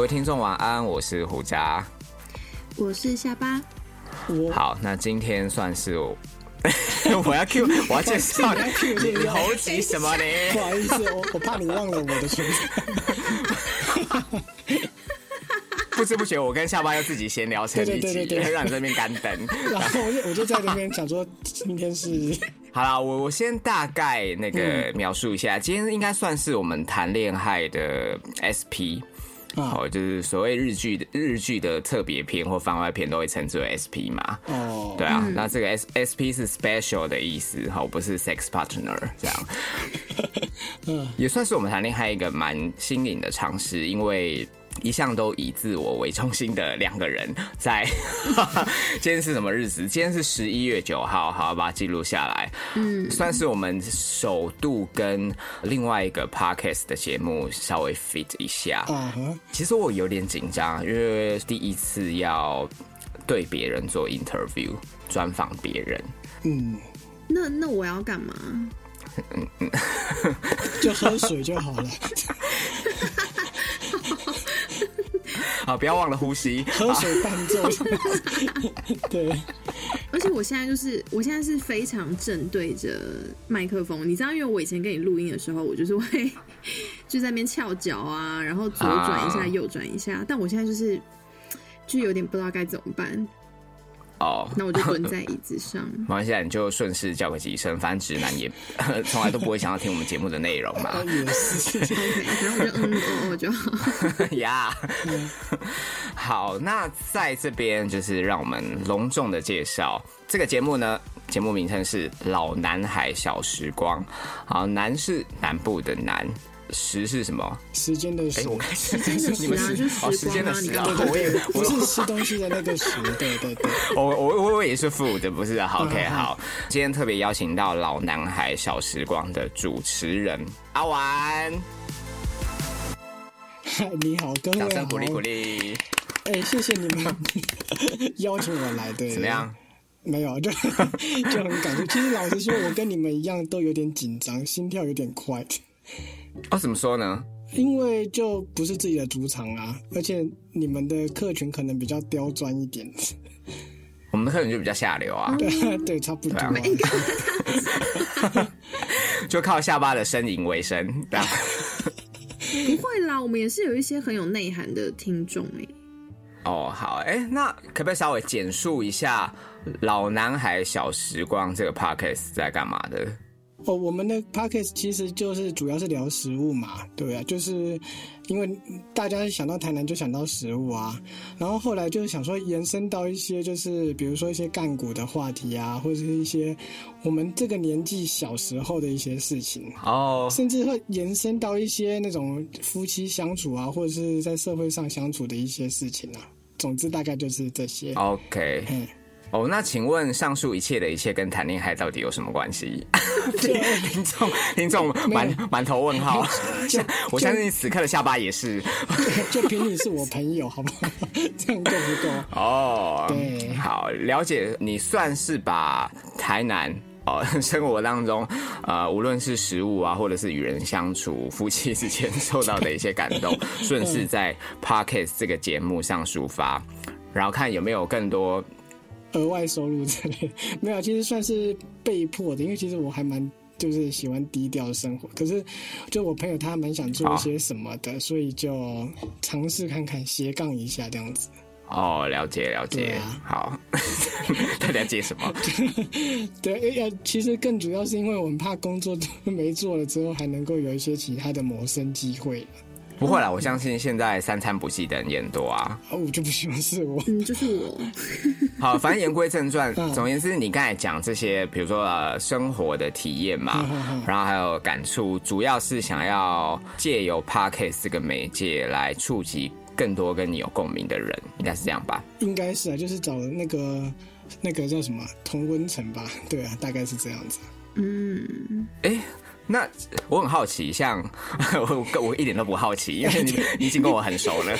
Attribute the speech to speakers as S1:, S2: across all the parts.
S1: 位听众晚安，我是胡佳，
S2: 我是下巴，
S1: 我好，那今天算是我 我要 Q，我要介绍 你
S3: Q 这
S1: 你
S3: 个，
S1: 猴急什么嘞
S3: 不？好意 思，我我怕你忘了我的存在。
S1: 不知不觉我跟下巴又自己闲聊成一
S3: 对
S1: 集，
S3: 对对对对
S1: 让你这边干等。
S3: 然后我就我就在那边想说，今天是
S1: 好啦，我我先大概那个描述一
S3: 嗯
S1: 下，今天应该算是我们谈恋爱的 SP。
S3: 啊
S1: 哦，就是所谓日剧的日剧的特别篇或番外篇都会称之为 SP 嘛。
S3: 哦，
S1: 对啊，那这个 S S P 是 special 的意思，哈，不是 sex partner 这样。也算是我们谈恋爱一个蛮新颖的尝试，因为。一向都以自我为中心的两个人在， 今天是什么日子？今天是十一月九号，好，把它记录下来。嗯，算是我们首度跟另外一个 podcast 的节目稍微 fit 一下。
S3: 啊哈，
S1: 其实我有点紧张，因为第一次要对别人做 interview，专访别人。
S3: 嗯，
S2: 那那我要干嘛？
S3: 就喝水就好了，
S1: 好，不要忘了呼吸。
S3: 喝水伴奏。对，
S2: 而且我现在就是，我现在是非常正对着麦克风，你知道，因为我以前跟你录音的时候，我就是会 就在那边翘脚啊，然后左转一下，
S1: 啊
S2: 右转一下，但我现在就是就有点不知道该怎么办，
S1: 哦，
S2: 那我就蹲在椅子上。
S1: 没关系啊，你就顺势叫个几声，反正直男也 从来都不会想要听我们节目的内容嘛
S3: 啊。也是，
S2: OK，然后我就嗯哦哦就好。
S1: 呀、
S2: 嗯
S1: 好，那在这边就是让我们隆重的介绍这个节目呢，节目名称是《老男孩小时光》。好，男是南部的南，时是什么？
S3: 时间的
S1: 哎、
S3: 时
S1: 我， 开始
S2: 时间的时啊
S1: 你们
S2: 就是
S1: 哦，
S2: 时
S1: 时间的时啊，
S2: 光啊
S1: 我也
S3: 不是吃东西的那个时，对对对，
S1: 我我我我也是 food，不是啊好 OK
S3: 嗯
S1: 好，今天特别邀请到老男孩小时光的主持人阿丸，
S3: 嗨，你好，各位
S1: 掌
S3: 好
S1: 声，鼓励鼓励，
S3: 哎、谢谢你们 邀请我来，对，
S1: 怎么样？？
S3: 没有，就 就很感动。其实老实说，我跟你们一样都有点紧张，心跳有点快，
S1: 哦，怎么说呢？
S3: 因为就不是自己的主场啊，而且你们的客群可能比较刁钻一点，
S1: 我们的客人就比较下流啊，
S3: 对 对，差不多、啊。
S1: 就靠下巴的呻吟为生。这样
S2: 哎不会啦，我们也是有一些很有内涵的听众哎、
S1: 哦，好，哎、那可不可以稍微简述一下《老男孩小时光》这个 podcast 在干嘛的？
S3: 哦，我们的 podcast 其实就是主要是聊食物嘛，对啊，就是因为大家想到台南就想到食物啊，然后后来就是想说延伸到一些就是比如说一些干股的话题啊，或者是一些我们这个年纪小时候的一些事情，
S1: 哦，
S3: 甚至会延伸到一些那种夫妻相处啊，或者是在社会上相处的一些事情啊。总之大概就是这些。
S1: OK，
S3: 嗯
S1: 哦，那请问上述一切的一切跟谈恋爱到底有什么关系？听众听众满满头问号， 我相信此刻的下巴也是
S3: 就凭你是我朋友，好不好？ 这样够不够？
S1: 哦
S3: 对。
S1: 好，了解你算是把台南。哦， 生活当中，呃，无论是食物啊，或者是与人相处、夫妻之间受到的一些感 动，顺势在 Podcast 这个节目上抒发，然后看有没有更多
S3: 额外收入之类的，没有，其实算是被迫的，因为其实我还蛮就是喜欢低调的生活，可是就我朋友他蛮想做一些什么的，所以就尝试看看斜杠一下这样子。
S1: 哦，了解了
S3: 对
S1: 解，
S3: 啊
S1: 好， 他了解什么？
S3: 对，哎呀，其实更主要是因为我们怕工作都 没做了之后，还能够有一些其他的谋生机会。
S1: 不会啦，我相信现在三餐不继的人也很多啊。
S3: 哦，我就不希望是我。
S2: 嗯，就是我，
S1: 好，反正言归正传，
S3: 嗯
S1: 总而言之，你刚才讲这些，比如说、呃、生活的体验嘛
S3: 嗯嗯嗯，
S1: 然后还有感触，主要是想要借由 podcast 这个媒介来触及更多跟你有共鸣的人，应该是这样吧？
S3: 应该是啊，就是找那个啊那个叫什么同温层吧，对啊，大概是这样子。
S2: 嗯，
S1: 那我很好奇，像 我我一点都不好奇，因为 你你已经跟我很熟了。
S3: 啊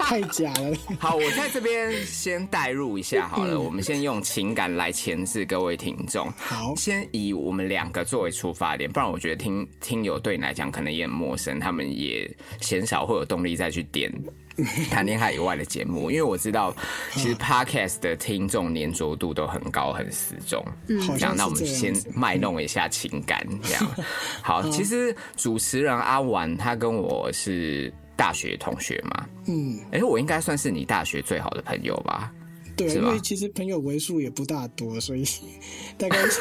S3: 太假了。
S1: 好，我在这边先代入一下好
S3: 嗯
S1: 了，我们先用情感来钳制各位听众。
S3: 好
S1: 先以我们两个作为出发点，不然我觉得听听友对你来讲可能也很陌生，他们也鲜少会有动力再去点 谈恋爱以外的节目，因为我知道其
S3: 嗯
S1: 实 podcast 的听众粘着度都很高很死忠。
S3: 嗯好像是
S1: 这样，那我们
S3: 这样
S1: 先
S3: 子
S1: 卖弄一下情感，这 样。好，其实主持人阿婉她跟我是大学同学嘛，
S3: 嗯，
S1: 哎、我应该算是你大学最好的朋友吧？
S3: 对，啊
S1: 是
S3: 因
S1: 吧
S3: 为其实朋友为数也不大多，所以 大概 是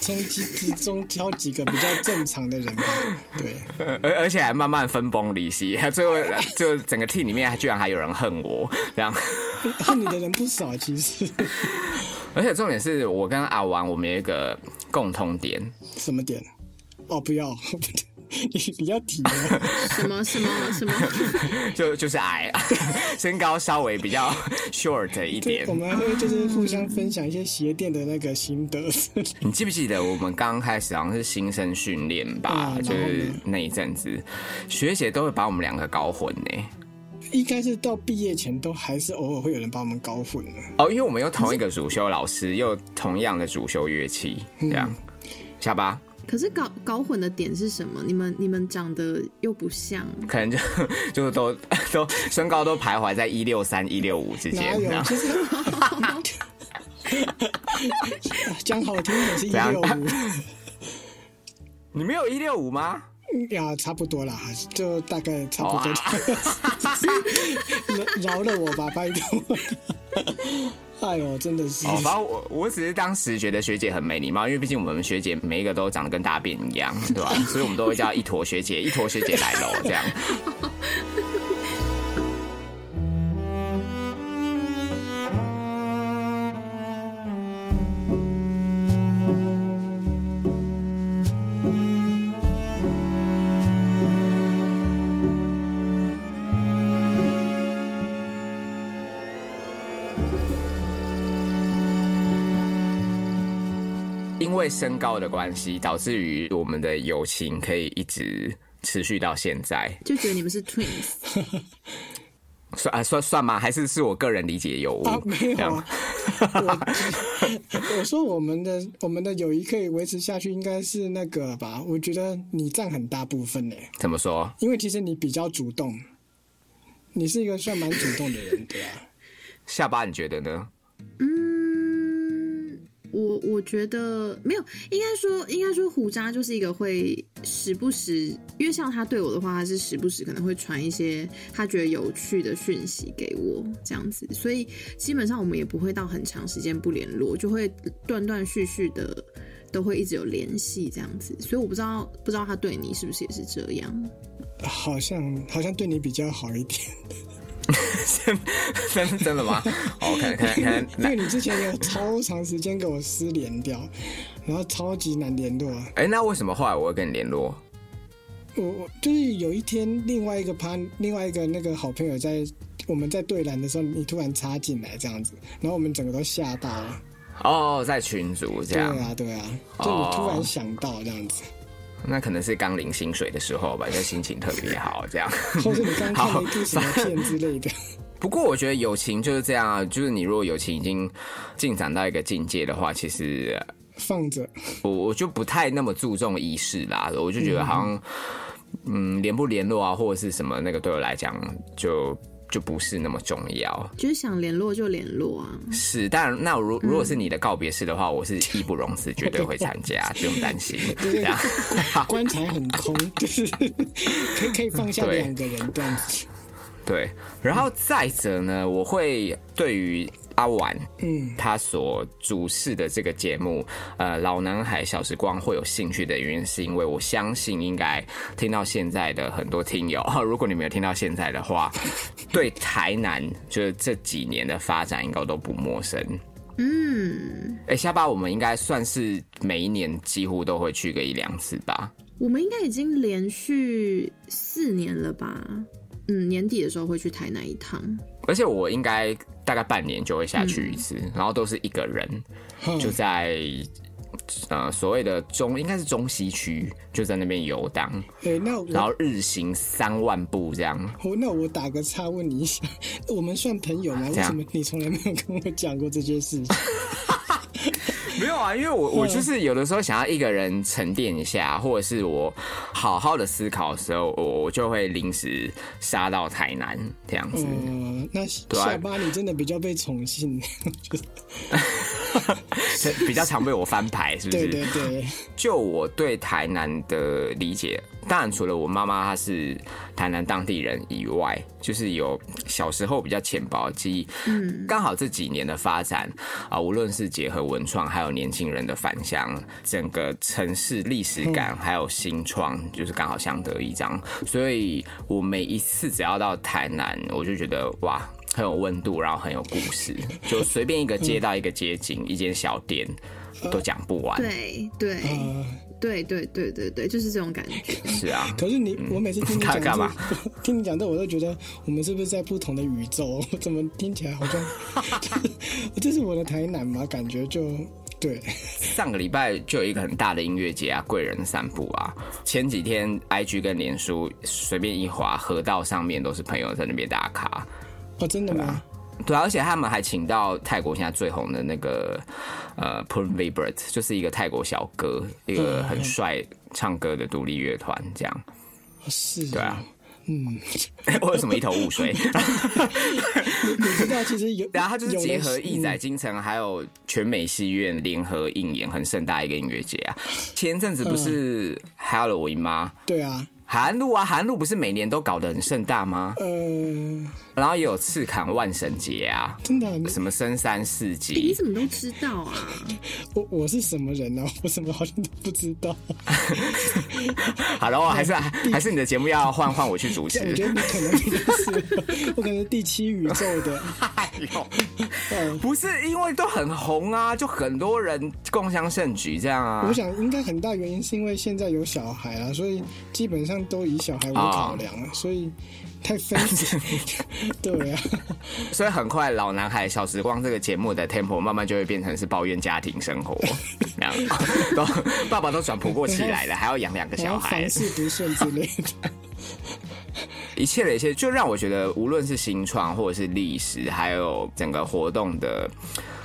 S3: 从几之中挑几个比较正常的人吧。对，
S1: 而而且还慢慢分崩离析， 最后就整个 team 里面居然还有人恨我，这样。
S3: 恨你的人不少，其实
S1: 而且重点是我跟阿王，我们有一个共通点，
S3: 什么点？哦，不要， 你不要提哦了。
S2: 什么什么什么？
S1: 就就是矮，啊 身高稍微比较 short 一
S3: 对，
S1: 点
S3: 我。们会就是互相分享一些鞋店的那个心得。
S1: 你记不记得我们刚开始好像是新生训练吧？
S3: 嗯
S1: 就是那一阵子，学姐都会把我们两个搞混呢、
S3: 应该是到毕业前都还是偶尔会有人把我们搞混了。
S1: 哦，因为我们有同一个主修老师，又同样的主修乐器，这样。
S3: 嗯
S1: 下巴
S2: 可是搞搞混的点是什么？你们你们长得又不像，
S1: 可能就 就都都身高都徘徊在一六三、一六五之
S3: 哪
S1: 间，这
S3: 有？
S1: 样。
S3: 就是 讲好听也是一
S1: 怎样
S3: 六五
S1: 你没有一六五吗？
S3: 呀，差不多啦，就大概差不
S1: 哦
S3: 多。 饶饶了我吧，拜托。 哎呦，真的是
S1: 哦，反正我我只是当时觉得学姐很没礼貌，因为毕竟我们学姐每一个都长得跟大便一 样，对吧？所以我们都会叫一坨学姐， 一坨学姐来喽， 这样。因为身高的关系，导致于我们的友情可以一直持续到现在，
S2: 就觉得你们是 twins。
S1: 算啊算算吗？还是是我个人理解有误？
S3: 啊，没
S1: 哦这
S3: 有
S1: 样
S3: 啊。 我我说我们的我们的友谊可以维持下去，应该是那个吧？我觉得你占很大部分呢、
S1: 怎么说？
S3: 因为其实你比较主动，你是一个算蛮主动的人，对 啊。
S1: 下巴你觉得呢？
S2: 嗯，我我觉得没有，应该说应该说胡渣就是一个会时不时，因为像他对我的话，他是时不时可能会传一些他觉得有趣的讯息给我这样子，所以基本上我们也不会到很长时间不联络，就会断断续续的。都会一直有联系这样子，所以我不知道不知道他对你是不是也是这样。
S3: 好像好像对你比较好 一点，
S1: 真真的 吗？哦，可能可能可能
S3: 因为你之前有超长时间给我失联掉，然后超级难联络。
S1: 哎、那为什么后来我会跟你联络？
S3: 我我就是有一天另外一个趴，另外一个那个好朋友在我们在对栏的时候，你突然插进来这样子，然后我们整个都吓到了。
S1: 哦，在群组这
S3: 对
S1: 样，
S3: 啊，对啊，就你突
S1: 哦
S3: 然想到这样子，
S1: 那可能是刚领薪水的时候吧，就心情特别好这样。
S3: 或是你刚看
S1: 好
S3: 了一部什么片之类的。
S1: 不过我觉得友情就是这样啊，就是你如果友情已经进展到一个境界的话，其实呃
S3: 放着，
S1: 我我就不太那么注重仪式啦，我就觉得好像嗯联不联络啊或者是什么那个对我来讲就就不是那么重要。
S2: 就是想联络就联络啊，
S3: 嗯
S1: 是，当然，那如如果是你的告别式的话，我是义不容辞，绝对会参
S3: 嗯
S1: 加，不用担 心。这样，
S3: 棺材很空，就是可以可以放下
S1: 对
S3: 两个人这样子。
S1: 对，然后再者呢，我会对于阿婉，嗯，他所主事的这个节目，呃，老男孩小时光会有兴趣的原因，是因为我相信应该听到现在的很多听友， 如果你没有听到现在的话，对台南就是这几年的发展应该都不陌生。
S2: 嗯，
S1: 哎，下巴我们应该算是每一年几乎都会去个一两次吧。
S2: 我们应该已经连续四年了吧？嗯，年底的时候会去台南一趟。
S1: 而且我应该大概半年就会下去一次，然后都是一个人，
S3: 嗯哼
S1: 就在呃所谓的中应该是中西区，就在那边游荡，
S3: 哎、那我
S1: 然后日行三万步这样。
S3: 我那我打个岔问你一下，我们算朋友吗？为
S1: 怎样
S3: 什么你从来没有跟我讲过这件事 情？
S1: 没有啊，因为我我就是有的时候想要一个人沉淀一下，或者是我好好的思考的时候，我我就会临时杀到台南这样子。
S3: 嗯，那
S1: 对啊嗯
S3: 下巴你真的比较被宠幸，就是
S1: 比较常被我翻牌，是不
S3: 对
S1: 是？
S3: 对对，
S1: 就我对台南的理解，当然除了我妈妈她是台南当地人以外，就是有小时候比较浅薄的记忆。嗯，刚好这几年的发展啊、无论是结合文创，还有年轻人的返乡，整个城市历史感还有新创，就是刚好相得益彰。所以我每一次只要到台南，我就觉得哇。很有温度，然后很有故事，就随便一个街道、一个街景、一间小店都讲不完。
S2: 对对
S3: 呃，
S2: 对对对对对，就是这种感 觉。
S1: 是啊，
S3: 可是你，我每次听你讲
S1: 他干嘛
S3: 这， 听你讲这，我都觉得我们是不是在不同的宇宙？我怎么听起来好像， 这是我的台南嘛？感觉就对，
S1: 上个礼拜就有一个很大的音乐节啊，贵人散步啊。前几天 IG 跟脸书随便一滑，河道上面都是朋友在那边打卡。
S3: 哦，真的吗？
S1: 对啊、而且他们还请到泰国现在最红的那个呃 p u r n v i b r a t 就是一个泰国小哥，一个很帅唱歌的独立乐团。这样，
S3: 哦是，
S1: 对啊，
S3: 嗯，
S1: 我为什么一头雾水？
S3: 你知道其实有，
S1: 然后他就是
S3: 有的
S1: 结合艺仔
S3: 嗯
S1: 京城还有全美戏院联合应演，很盛大一个音乐节啊。前阵子不是 Halloween 吗？
S3: 对啊，
S1: 韩路啊，韩路不是每年都搞得很盛大吗？
S3: 呃，
S1: 然后也有赤坎万圣节啊，
S3: 真的啊、你
S1: 什么深山市
S2: 诶你
S1: 集，
S2: 怎么都知道啊？
S3: 我我是什么人呢、 我什么好像都不知 道。
S1: 好了，我还是还是你的节目要换换我去主持。
S3: 我觉得你可能不认识我，我可能是第七宇宙的。
S1: 哎呦，
S3: 嗯，
S1: 不是因为都很红啊，就很多人共襄盛举这样啊
S3: 我。想应该很大原因是因为现在有小孩了，所以基本上都以小孩为
S1: 啊
S3: 考量了，所以太分。 对啊，
S1: 所以很快，《老男孩小时光》这个节目的 tempo 慢慢就会变成是抱怨家庭生活， 那样都爸爸都转不过气来了，还要养两个
S3: 然
S1: 小
S3: 后
S1: 孩
S3: 房，事不顺之类 的。
S1: 一切的一切，就让我觉得，无论是新创或者是历史，还有整个活动的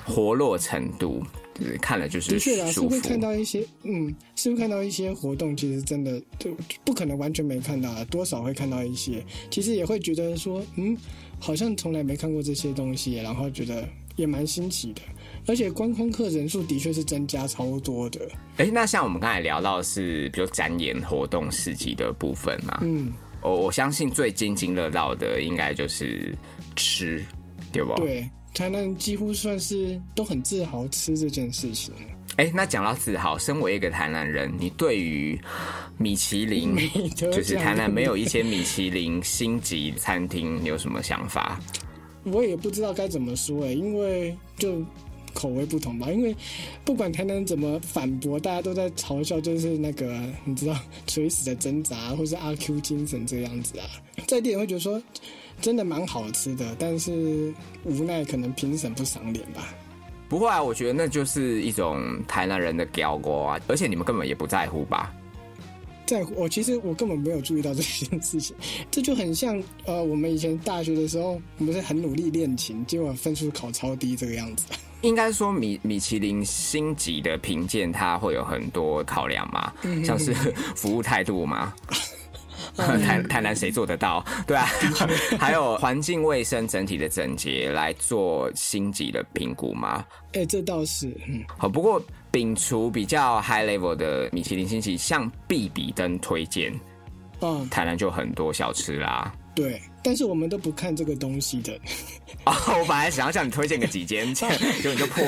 S1: 活络程度，就是看了就
S3: 的
S1: 是
S3: 确啦，是
S1: 舒
S3: 会
S1: 服
S3: 看。到一些，嗯，是会看到一些活动，其实真的就不可能完全没看到啊，多少会看到一些。其实也会觉得说，嗯，好像从来没看过这些东西，然后觉得也蛮新奇的。而且观光客人数的确是增加超多的，
S1: 哎、那像我们刚才聊到的是，比如展演活动市集的部分嘛，
S3: 嗯，
S1: 我我相信最津津乐道的应该就是吃，对不？。
S3: 对，台南几乎算是都很自豪吃这件事情。
S1: 哎、那讲到自豪，身为一个台南人，你对于米其林
S3: 没，得
S1: 就是
S3: 讲
S1: 台南没有一些米其林星级餐厅，你有什么想法？
S3: 我也不知道该怎么说哎、因为就口味不同吧。因为不管台南人怎么反驳，大家都在嘲笑，就是那个你知道垂死的挣扎，或是阿 Q 精神这样子啊。在地人会觉得说，真的蛮好吃的，但是无奈可能评审不赏脸吧。
S1: 不会啊，我觉得那就是一种台南人的屌锅啊，而且你们根本也不在乎吧？
S3: 在乎我哦其实我根本没有注意到这件事情， 这就很像呃，我们以前大学的时候，我们是很努力练琴，结果分数考超低这个样子。
S1: 应该说米米其林星级的评鉴，它会有很多考量嘛，像是服务态度嘛。 台台南谁做得到？对啊，还有环境卫生整体的整洁来做星级的评估嘛。
S3: 哎、这倒是，嗯，
S1: 好，不过摒除比较 high level 的米其林星级，像必比登推荐，
S3: 啊、
S1: 台南就很多小吃啦。
S3: 对，但是我们都不看这个东西的。
S1: 哦， 我本来想要叫你推荐个几 间，结果你就破。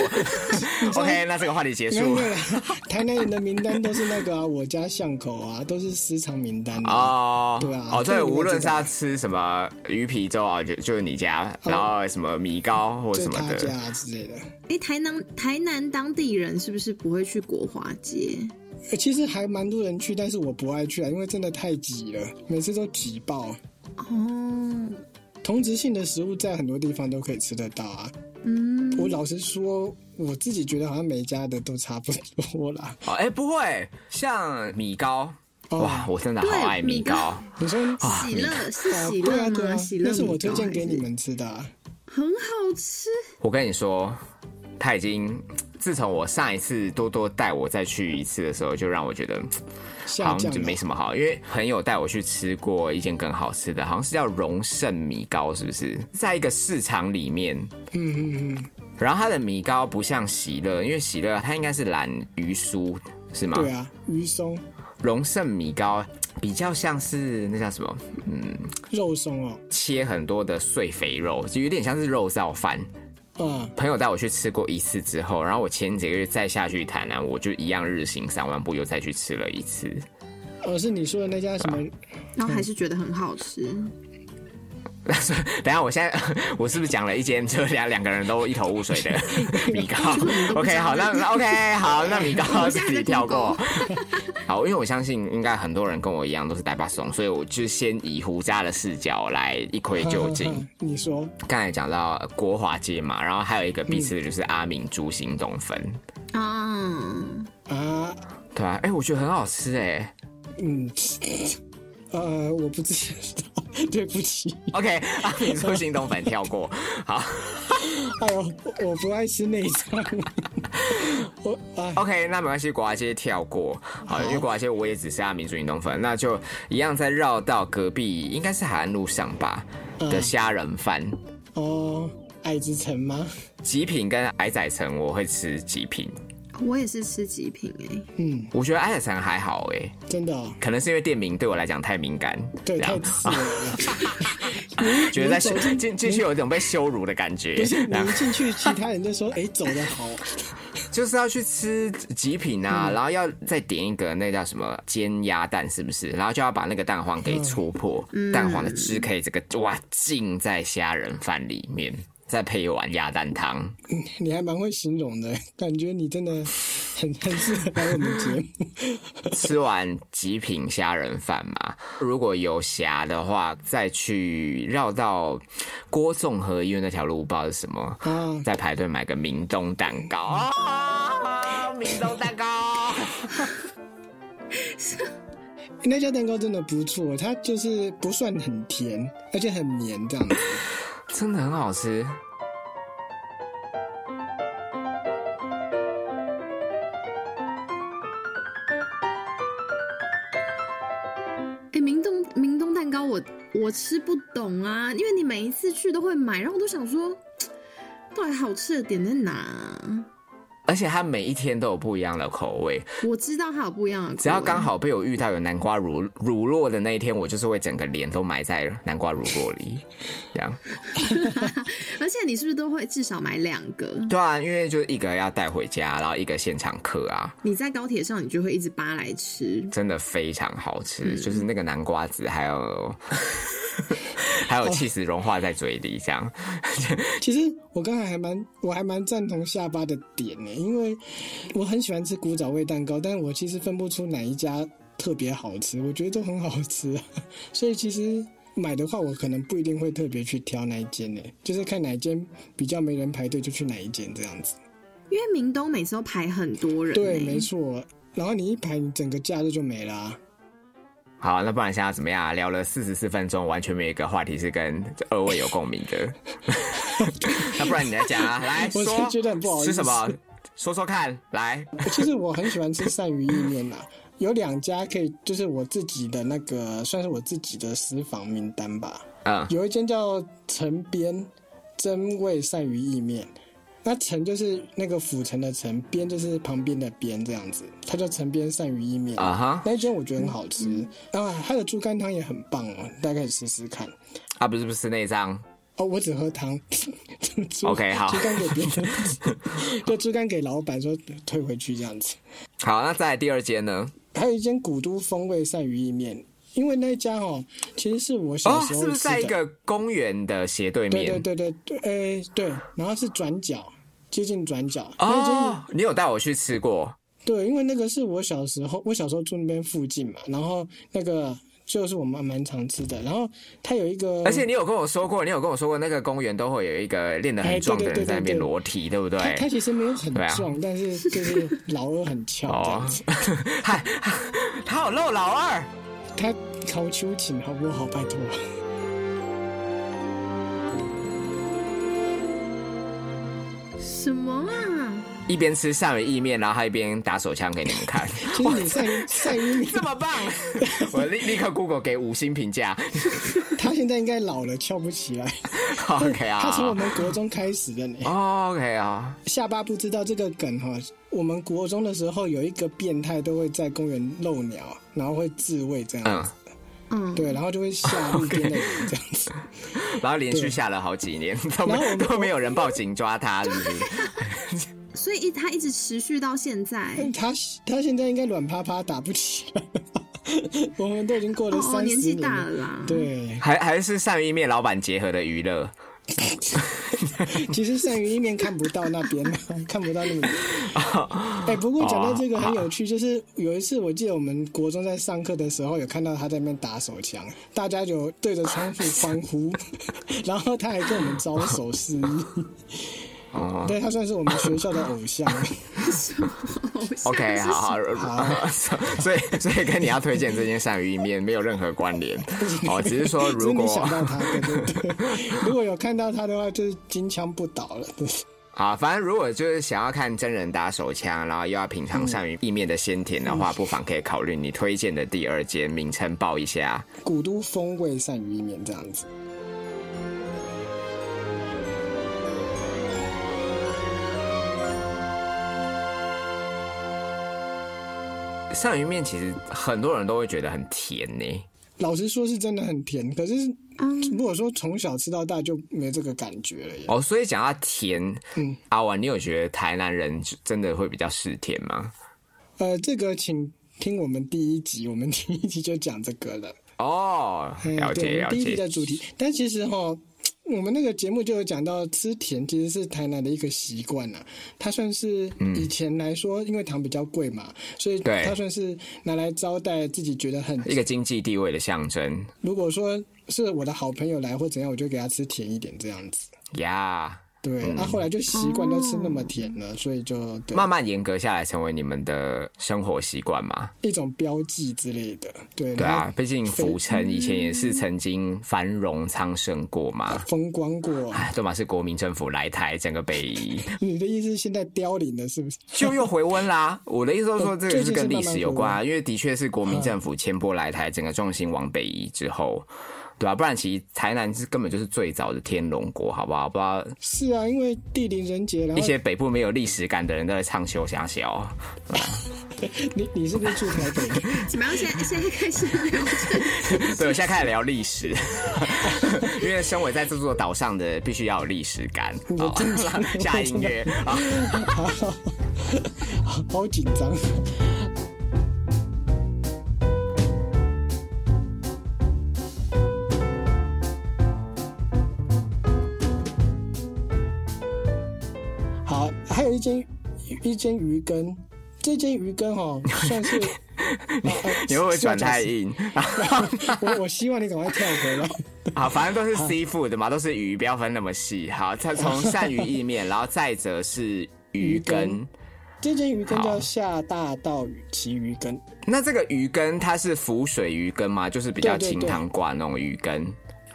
S1: OK，那这个话题结
S3: 没有
S1: 束
S3: 没。有， 台南人的名单都是那个啊，我家巷口啊，都是私藏名单啊。
S1: 哦，
S3: 对啊
S1: 哦，
S3: 这
S1: 对，
S3: 个我
S1: 无论
S3: 知
S1: 是
S3: 道
S1: 要吃什么鱼皮粥啊，就就是你家，然后什么米糕或
S3: 哦就是
S1: 什么
S3: 他
S1: 的，
S3: 家之类的，
S2: 哎，台南台南当地人是不是不会去国华街？
S3: 呃其实还蛮多人去，但是我不爱去啊，因为真的太挤了，每次都挤爆。
S2: 哦，
S3: 同质性的食物在很多地方都可以吃得到啊，
S2: 嗯，
S3: 我老实说，我自己觉得好像每家的都差不多啦。
S1: 哦，哎、不会，像米糕，
S3: 哦
S1: 哇，我真的好爱
S2: 对
S1: 米
S2: 米糕
S1: 糕。
S3: 你说啊，
S2: 喜乐是喜
S3: 对
S2: 乐
S3: 啊对
S2: 吗？
S3: 啊
S2: 喜，乐
S3: 那是
S2: 米
S3: 我推
S2: 糕
S3: 荐给
S2: 还
S3: 你
S2: 是，
S3: 们吃的啊。
S2: 很好吃。
S1: 我跟你说，他已经自从我上一次多多带我再去一次的时候，就让我觉得
S3: 下
S1: 好
S3: 降
S1: 像就
S3: 了
S1: 没什么好，因为朋友带我去吃过一间更好吃的，好像是叫荣盛米糕，是不是？在一个市场里面，
S3: 嗯嗯嗯，
S1: 然后它的米糕不像喜乐，因为喜乐它应该是蓝鱼酥，是吗？
S3: 对啊，鱼松、
S1: 荣盛米糕比较像是那叫什么？嗯
S3: 肉松哦，
S1: 切很多的碎肥肉，就有点像是肉燥饭。
S3: 嗯，
S1: 朋友带我去吃过一次之后，然后我前几个月再下去台南，我就一样日行三万步，又再去吃了一次。
S3: 哦，是你说的那家什么？
S2: 然后还是觉得很好吃，
S1: 等一下，我现在 我是不是讲了一间就两两个人都一头雾 水的米糕？OK，好，那那 OK，好， 那米糕自己跳过。 好，因为我相信应该很多人跟我一样都是带巴松，所以我就先以胡渣的视角来一窥究竟。
S3: 嗯。嗯你说
S1: 刚才讲到呃国华街嘛，然后还有一个必吃的就是阿明猪心冻粉，
S2: 啊，
S3: 啊，
S1: 对啊，哎、我觉得很好吃哎、
S3: 嗯，呃，我不知道， 对不起，
S1: OK，阿明猪心冻粉跳过，好
S3: 哎呦，我我不爱吃内脏， 我啊，
S1: ，OK，那没关系，国华街跳过，好，因为国华街我也只是阿明猪心冻粉，那就一样再绕到隔壁，应该是海岸路上吧
S3: 嗯
S1: 的虾仁饭。
S3: 哦，爱之城吗？
S1: 极品跟矮仔城我会吃极品，
S2: 我也是吃极品哎、
S3: 嗯，
S1: 我觉得矮仔城还好哎、
S3: 真的、哦，
S1: 可能是因为店名对我来讲太敏感，
S3: 对，
S1: 这
S3: 太
S1: 样
S3: 刺耳了。
S1: 觉得在羞
S3: 你走进
S1: 进进去有一种被羞辱的感觉
S3: 不 是，，你
S1: 然后
S3: 一进去，其他人就说：“哎、走得好。
S1: 就是要去吃极品啊，然后要再点一个那叫什么煎鸭蛋，是不是？然后就要把那个蛋黄给戳破，蛋黄的汁可以这个哇浸在虾仁饭里面，再配一碗鸭蛋汤。
S3: 嗯”你还蛮会形容的，感觉你真的很 很适合来我们节目。
S1: 吃完极品虾仁饭嘛，如果有暇的话，再去绕到郭仲和医院那条路，不知道是什么，
S3: 啊
S1: 再排队买个明洞蛋糕啊，明洞蛋糕。
S3: 那家蛋糕真的不错，它就是不算很甜，而且很绵这样子。
S1: 真的很好吃。
S2: 哎、明洞明洞蛋糕我我吃不懂啊，因为你每一次去都会买，然后我都想说，到底好吃的点在哪啊、
S1: 而且它每一天都有不一样的口味，
S2: 我知道它有不一样的口味，
S1: 只要刚好被我遇到有南瓜乳乳酪的那一天，我就是会整个脸都埋在南瓜乳酪 里，这样。
S2: 而且你是不是都会至少买两个？
S1: 对啊，因为就一个要带回家，然后一个现场嗑啊，
S2: 你在高铁上，你就会一直扒来吃。
S1: 真的非常好
S3: 嗯
S1: 吃，就是那个南瓜子还有 还有气死融化在嘴里这样。
S3: 其实我刚才还蛮我还蛮赞同下巴的点呢，因为我很喜欢吃古早味蛋糕，但我其实分不出哪一家特别好吃，我觉得都很好吃、啊， 所以其实。买的话，我可能不一定会特别去挑哪一间呢，就是看哪一间比较没人排队就去哪一间这样子。
S2: 因为明东每次都排很多人、
S3: 对，
S2: 欸
S3: 没错。然后你一排，你整个假日就没啦、
S1: 好，那不然现在怎么样啊？聊了四十四分钟，完全没有一个话题是跟二位有共鸣 的。 那不然你来讲啊，来
S3: 我
S1: 说，
S3: 真觉得很不好意思
S1: 吃什么？说说看，来。
S3: 其实我很喜欢吃鳝鱼意面啦，有两家可以，就是我自己的那个，算是我自己的私房名单吧。
S1: 嗯，
S3: 有一间叫城边真味鳝鱼意面，那城就是那个府城的城，边就是旁边的边这样子，它叫城边鳝鱼意面。
S1: 啊哈，嗯
S3: 那一间我觉得很好吃，啊，它的猪肝汤也很棒哦，大家可以试试看。
S1: 啊不是不是内脏，
S3: 哦，我只喝汤。 猪
S1: OK，好
S3: 猪肝给别人， 就猪肝给老板说退回去这样子。
S1: 好，那再来第二间呢？
S3: 还有一间古都风味鳝鱼意面，因为那一家哦，其实是我小
S1: 哦，
S3: 时
S1: 是
S3: 候
S1: 不是
S3: 吃
S1: 在一
S3: 的。
S1: 个公园的斜对
S3: 对对
S1: 面？
S3: 对对对，哎、对，然后是转角，接近转角。那间
S1: 哦，你有带我去吃过？
S3: 对，因为那个是我小时候，我小时候住那边附近嘛，然后那个就是我们蛮常吃的。然后它有一个，
S1: 而且你有跟我说过，你有跟我说过，那个公园都会有一个练得很壮的
S3: 哎对对对
S1: 人
S3: 对
S1: 在那边裸体，对不对？
S3: 它它其实没有很
S1: 对啊
S3: 壮，但是就是老二很翘这
S1: 哦
S3: 样子。，
S1: 嗨， 他好露老二。
S3: 他考秋瑾好不好？拜托。
S2: 什么啊？
S1: 一边吃鳝鱼意面，然后他一边打手枪给你们 看，
S3: 其实你赛 赛英，
S1: 这 么棒！我立立刻 Google 给五星评价。
S3: 他现在应该老了，翘不起来。
S1: 好 OK 啊，
S3: 他从我们国中开始的呢。
S1: 哦 OK 啊，
S3: 下巴不知道这个梗哈，我们国中的时候有一个变态都会在公园漏鸟，然后会自慰这样
S1: 嗯
S3: 子。，
S2: 嗯，
S3: 对，然后就会吓路边的人这样 子。
S1: 然后连续下了好几年，都
S3: 然后
S1: 没
S3: 我
S1: 都没有人报警抓他，是 不是？
S2: 所以一他一直持续到现在。
S3: 他他现在应该软趴趴打不起来吧，我们都已经过了
S2: 哦哦，
S3: 三
S2: 年
S3: 十
S2: 纪
S3: 年
S2: 大
S3: 了。
S2: 了啦。
S3: 对，
S1: 还还是鳝鱼意面老板结合的娱乐，
S3: 其实鳝鱼一面看不到那边， 看不到那么远。
S1: 哦
S3: 哎、不过讲到这个很有趣，就是有一次我记得我们国中在上课的时候，有看到他在那边打手枪，大家就对着窗户欢呼， 然后他还跟我们招手示意。
S1: 哦
S3: 对他算是我们学校的偶像。
S2: 哦
S1: ，OK，好好，
S3: 好啊
S1: 所以所以跟你要推荐这间鳝鱼意面没有任何关 联， 哦，只是说如
S3: 真没
S1: 果
S3: 想到他，对对 对。如果有看到他的话，就是金枪不倒了。
S1: 啊，反正如果就是想要看真人打手枪，然后又要品尝
S3: 嗯
S1: 鳝鱼意面的鲜甜的话，不妨可以考虑你推荐的第二间，名称报一下。
S3: 古都风味鳝鱼意面这样子。
S1: 鳝鱼面其实很多人都会觉得很甜呢、
S3: 老实说，是真的很甜。可是
S2: 嗯
S3: 如果说从小吃到大，就没这个感觉了耶。
S1: 哦，所以讲到甜，
S3: 嗯
S1: 阿婉，你有觉得台南人真的会比较嗜甜吗？
S3: 呃，这个请听我们第一集，我们第一集就讲这个了。
S1: 哦，
S3: 嗯
S1: 了
S3: 对
S1: 解了
S3: 我们第一
S1: 解
S3: 集的主题。但其实哈，我们那个节目就有讲到，吃甜其实是台南的一个习惯呐、它算是以前来说，因为糖比较贵嘛，所以
S1: 嗯对
S3: 它算是拿来招待自己觉得很。
S1: 一个经济地位的象征
S3: 如果说是我的好朋友来或怎样，我就给他吃甜一点这样子。
S1: 呀。
S3: 对，
S1: 嗯
S3: 那、后来就习惯都吃那么甜了，所以就对
S1: 慢慢严格下来，成为你们的生活习惯嘛？
S3: 一种标记之类的。对，嗯
S1: 对
S3: 然
S1: 啊
S3: 后，
S1: 毕竟
S3: 非
S1: 浮城以前也是曾经繁荣昌盛过嘛。
S3: 风光过。
S1: 哎，都嘛是国民政府来台，整个北移
S3: 你的意思是现在凋零了，是不是？
S1: 就又回温啦。我的意思就是说，这个是跟历史有关啊，
S3: 最
S1: 因为的确是国民政府迁拨来台，整个重心往北移之后，对吧、不然其实台南是根本就是最早的天龙国，好不好？不知道
S3: 是啊，因为地灵人杰，然
S1: 一
S3: 后
S1: 些北部没有历史感的人都在唱秋香小，
S3: 你你是不是住台北？
S2: 怎么样？现在现在开始聊这个
S1: 对，我现在开始聊历史， 因为身为在这座岛上的，必须要有历史感。好，下音乐啊。
S3: 好好紧张。好，还有一间一间鱼羹，这间鱼羹哦，算是
S1: 你会不会转太硬？
S3: 我我希望你赶快跳回来。
S1: 好，啊反正都是 seafood 嘛，都是鱼，不要分那么细。好，它从鳝鱼意面，然后再者是哦鱼羹。
S3: 这间鱼羹
S1: 好
S3: 叫下大道与其鱼羹，
S1: 那这个鱼羹它是浮水鱼羹吗？就是比较
S3: 对对
S1: 清
S3: 对
S1: 汤挂那种鱼羹。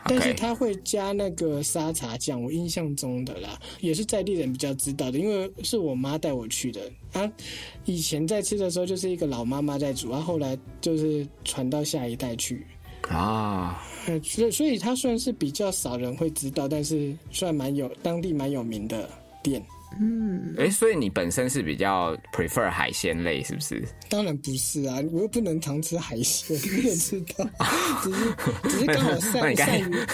S3: 但是
S1: OK，
S3: 它会加那个沙茶酱，我印象中的啦，也是在地人比较知道的，因为是我妈带我去的啊。以前在吃的时候就是一个老妈妈在煮，啊，后来就是传到下一代去，
S1: 啊，
S3: 呃所以所以它算是比较少人会知道，但是算蛮有当地蛮有名的店。
S1: 哎、所以你本身是比较 prefer 海鲜类，是不是？
S3: 当然不是啊，我又不能常吃海鲜，你也知 道，只是只是刚好
S1: 那
S3: 鳝
S1: 你该
S3: 鳝鱼 啊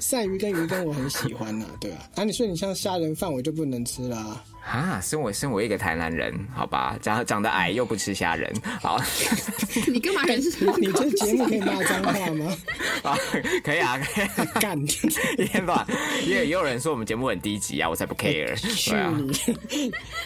S3: 鳝鱼跟鱼羹我很喜欢呐、对吧、啊？啊，你说你像虾仁饭我就不能吃啦、
S1: 啊，身为身为一个台南人，好吧，长长得矮又不吃虾仁，好
S2: 你干嘛人是什么？
S3: 你这节目可以骂脏话吗？
S1: 啊，可以啊，可以、 啊，
S3: 干你！
S1: 也吧，也也有人说我们节目很低级啊，我才不 care，对啊。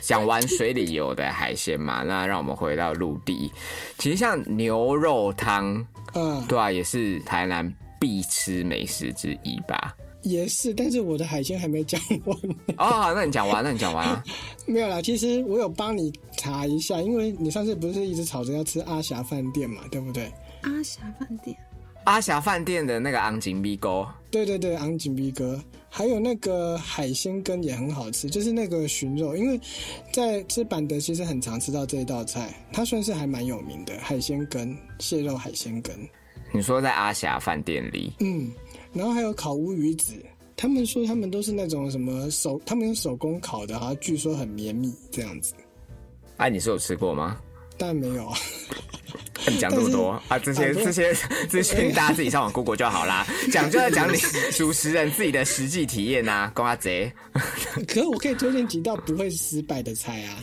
S1: 讲完水里游的海鲜嘛，那让我们回到陆地。其实像牛肉汤，
S3: 嗯，
S1: 对啊，也是台南必吃美食之一吧。
S3: 也是，但是我的海鲜还没讲完。
S1: 哦，好，那你讲完，那你讲完啊。
S3: 没有啦，其实我有帮你查一下，因为你上次不是一直吵着要吃阿霞饭店嘛，对不对？
S2: 阿霞饭店，
S1: 阿霞饭店的那个昂景米沟，
S3: 对对对，昂景逼哥，还有那个海鲜羹也很好吃，就是那个鲟肉，因为在吃板德其实很常吃到这一道菜，它算是还蛮有名的海鲜羹，蟹肉海鲜羹。
S1: 你说在阿霞饭店里，
S3: 嗯，然后还有烤乌鱼子，他们说他们都是那种什么手，他们用手工烤的，好像据说很绵密这样子，
S1: 哎、你是有吃过吗？
S3: 但没有啊。
S1: 你讲这么多啊，这些这些这些大家自己上网 Google 就好啦。讲就要讲你主持人自己的实际体验呐、啊，公阿贼。
S3: 可是我可以推荐几道不会失败的菜啊，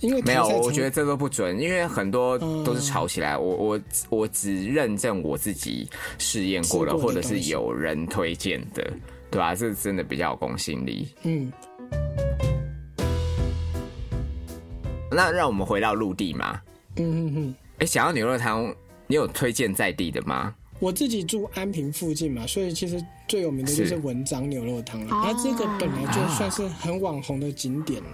S3: 因 为
S1: 没有，
S3: 台菜
S1: 我
S3: 常
S1: 觉得这都不准，因为很多都是炒起来。
S3: 嗯
S1: 我我我只认证我自己试验过的，
S3: 吃过
S1: 或
S3: 的
S1: 者
S3: 东
S1: 是
S3: 西
S1: 有人推荐的，对吧、这真的比较有公信力。
S3: 嗯，
S1: 那让我们回到陆地嘛。
S3: 嗯嗯嗯，
S1: 哎、想要牛肉汤，你有推荐在地的吗？
S3: 我自己住安平附近嘛，所以其实最有名的就是
S1: 是
S3: 文章牛肉汤了。
S2: 哦
S3: 它这个本来就算是很网红的景点了，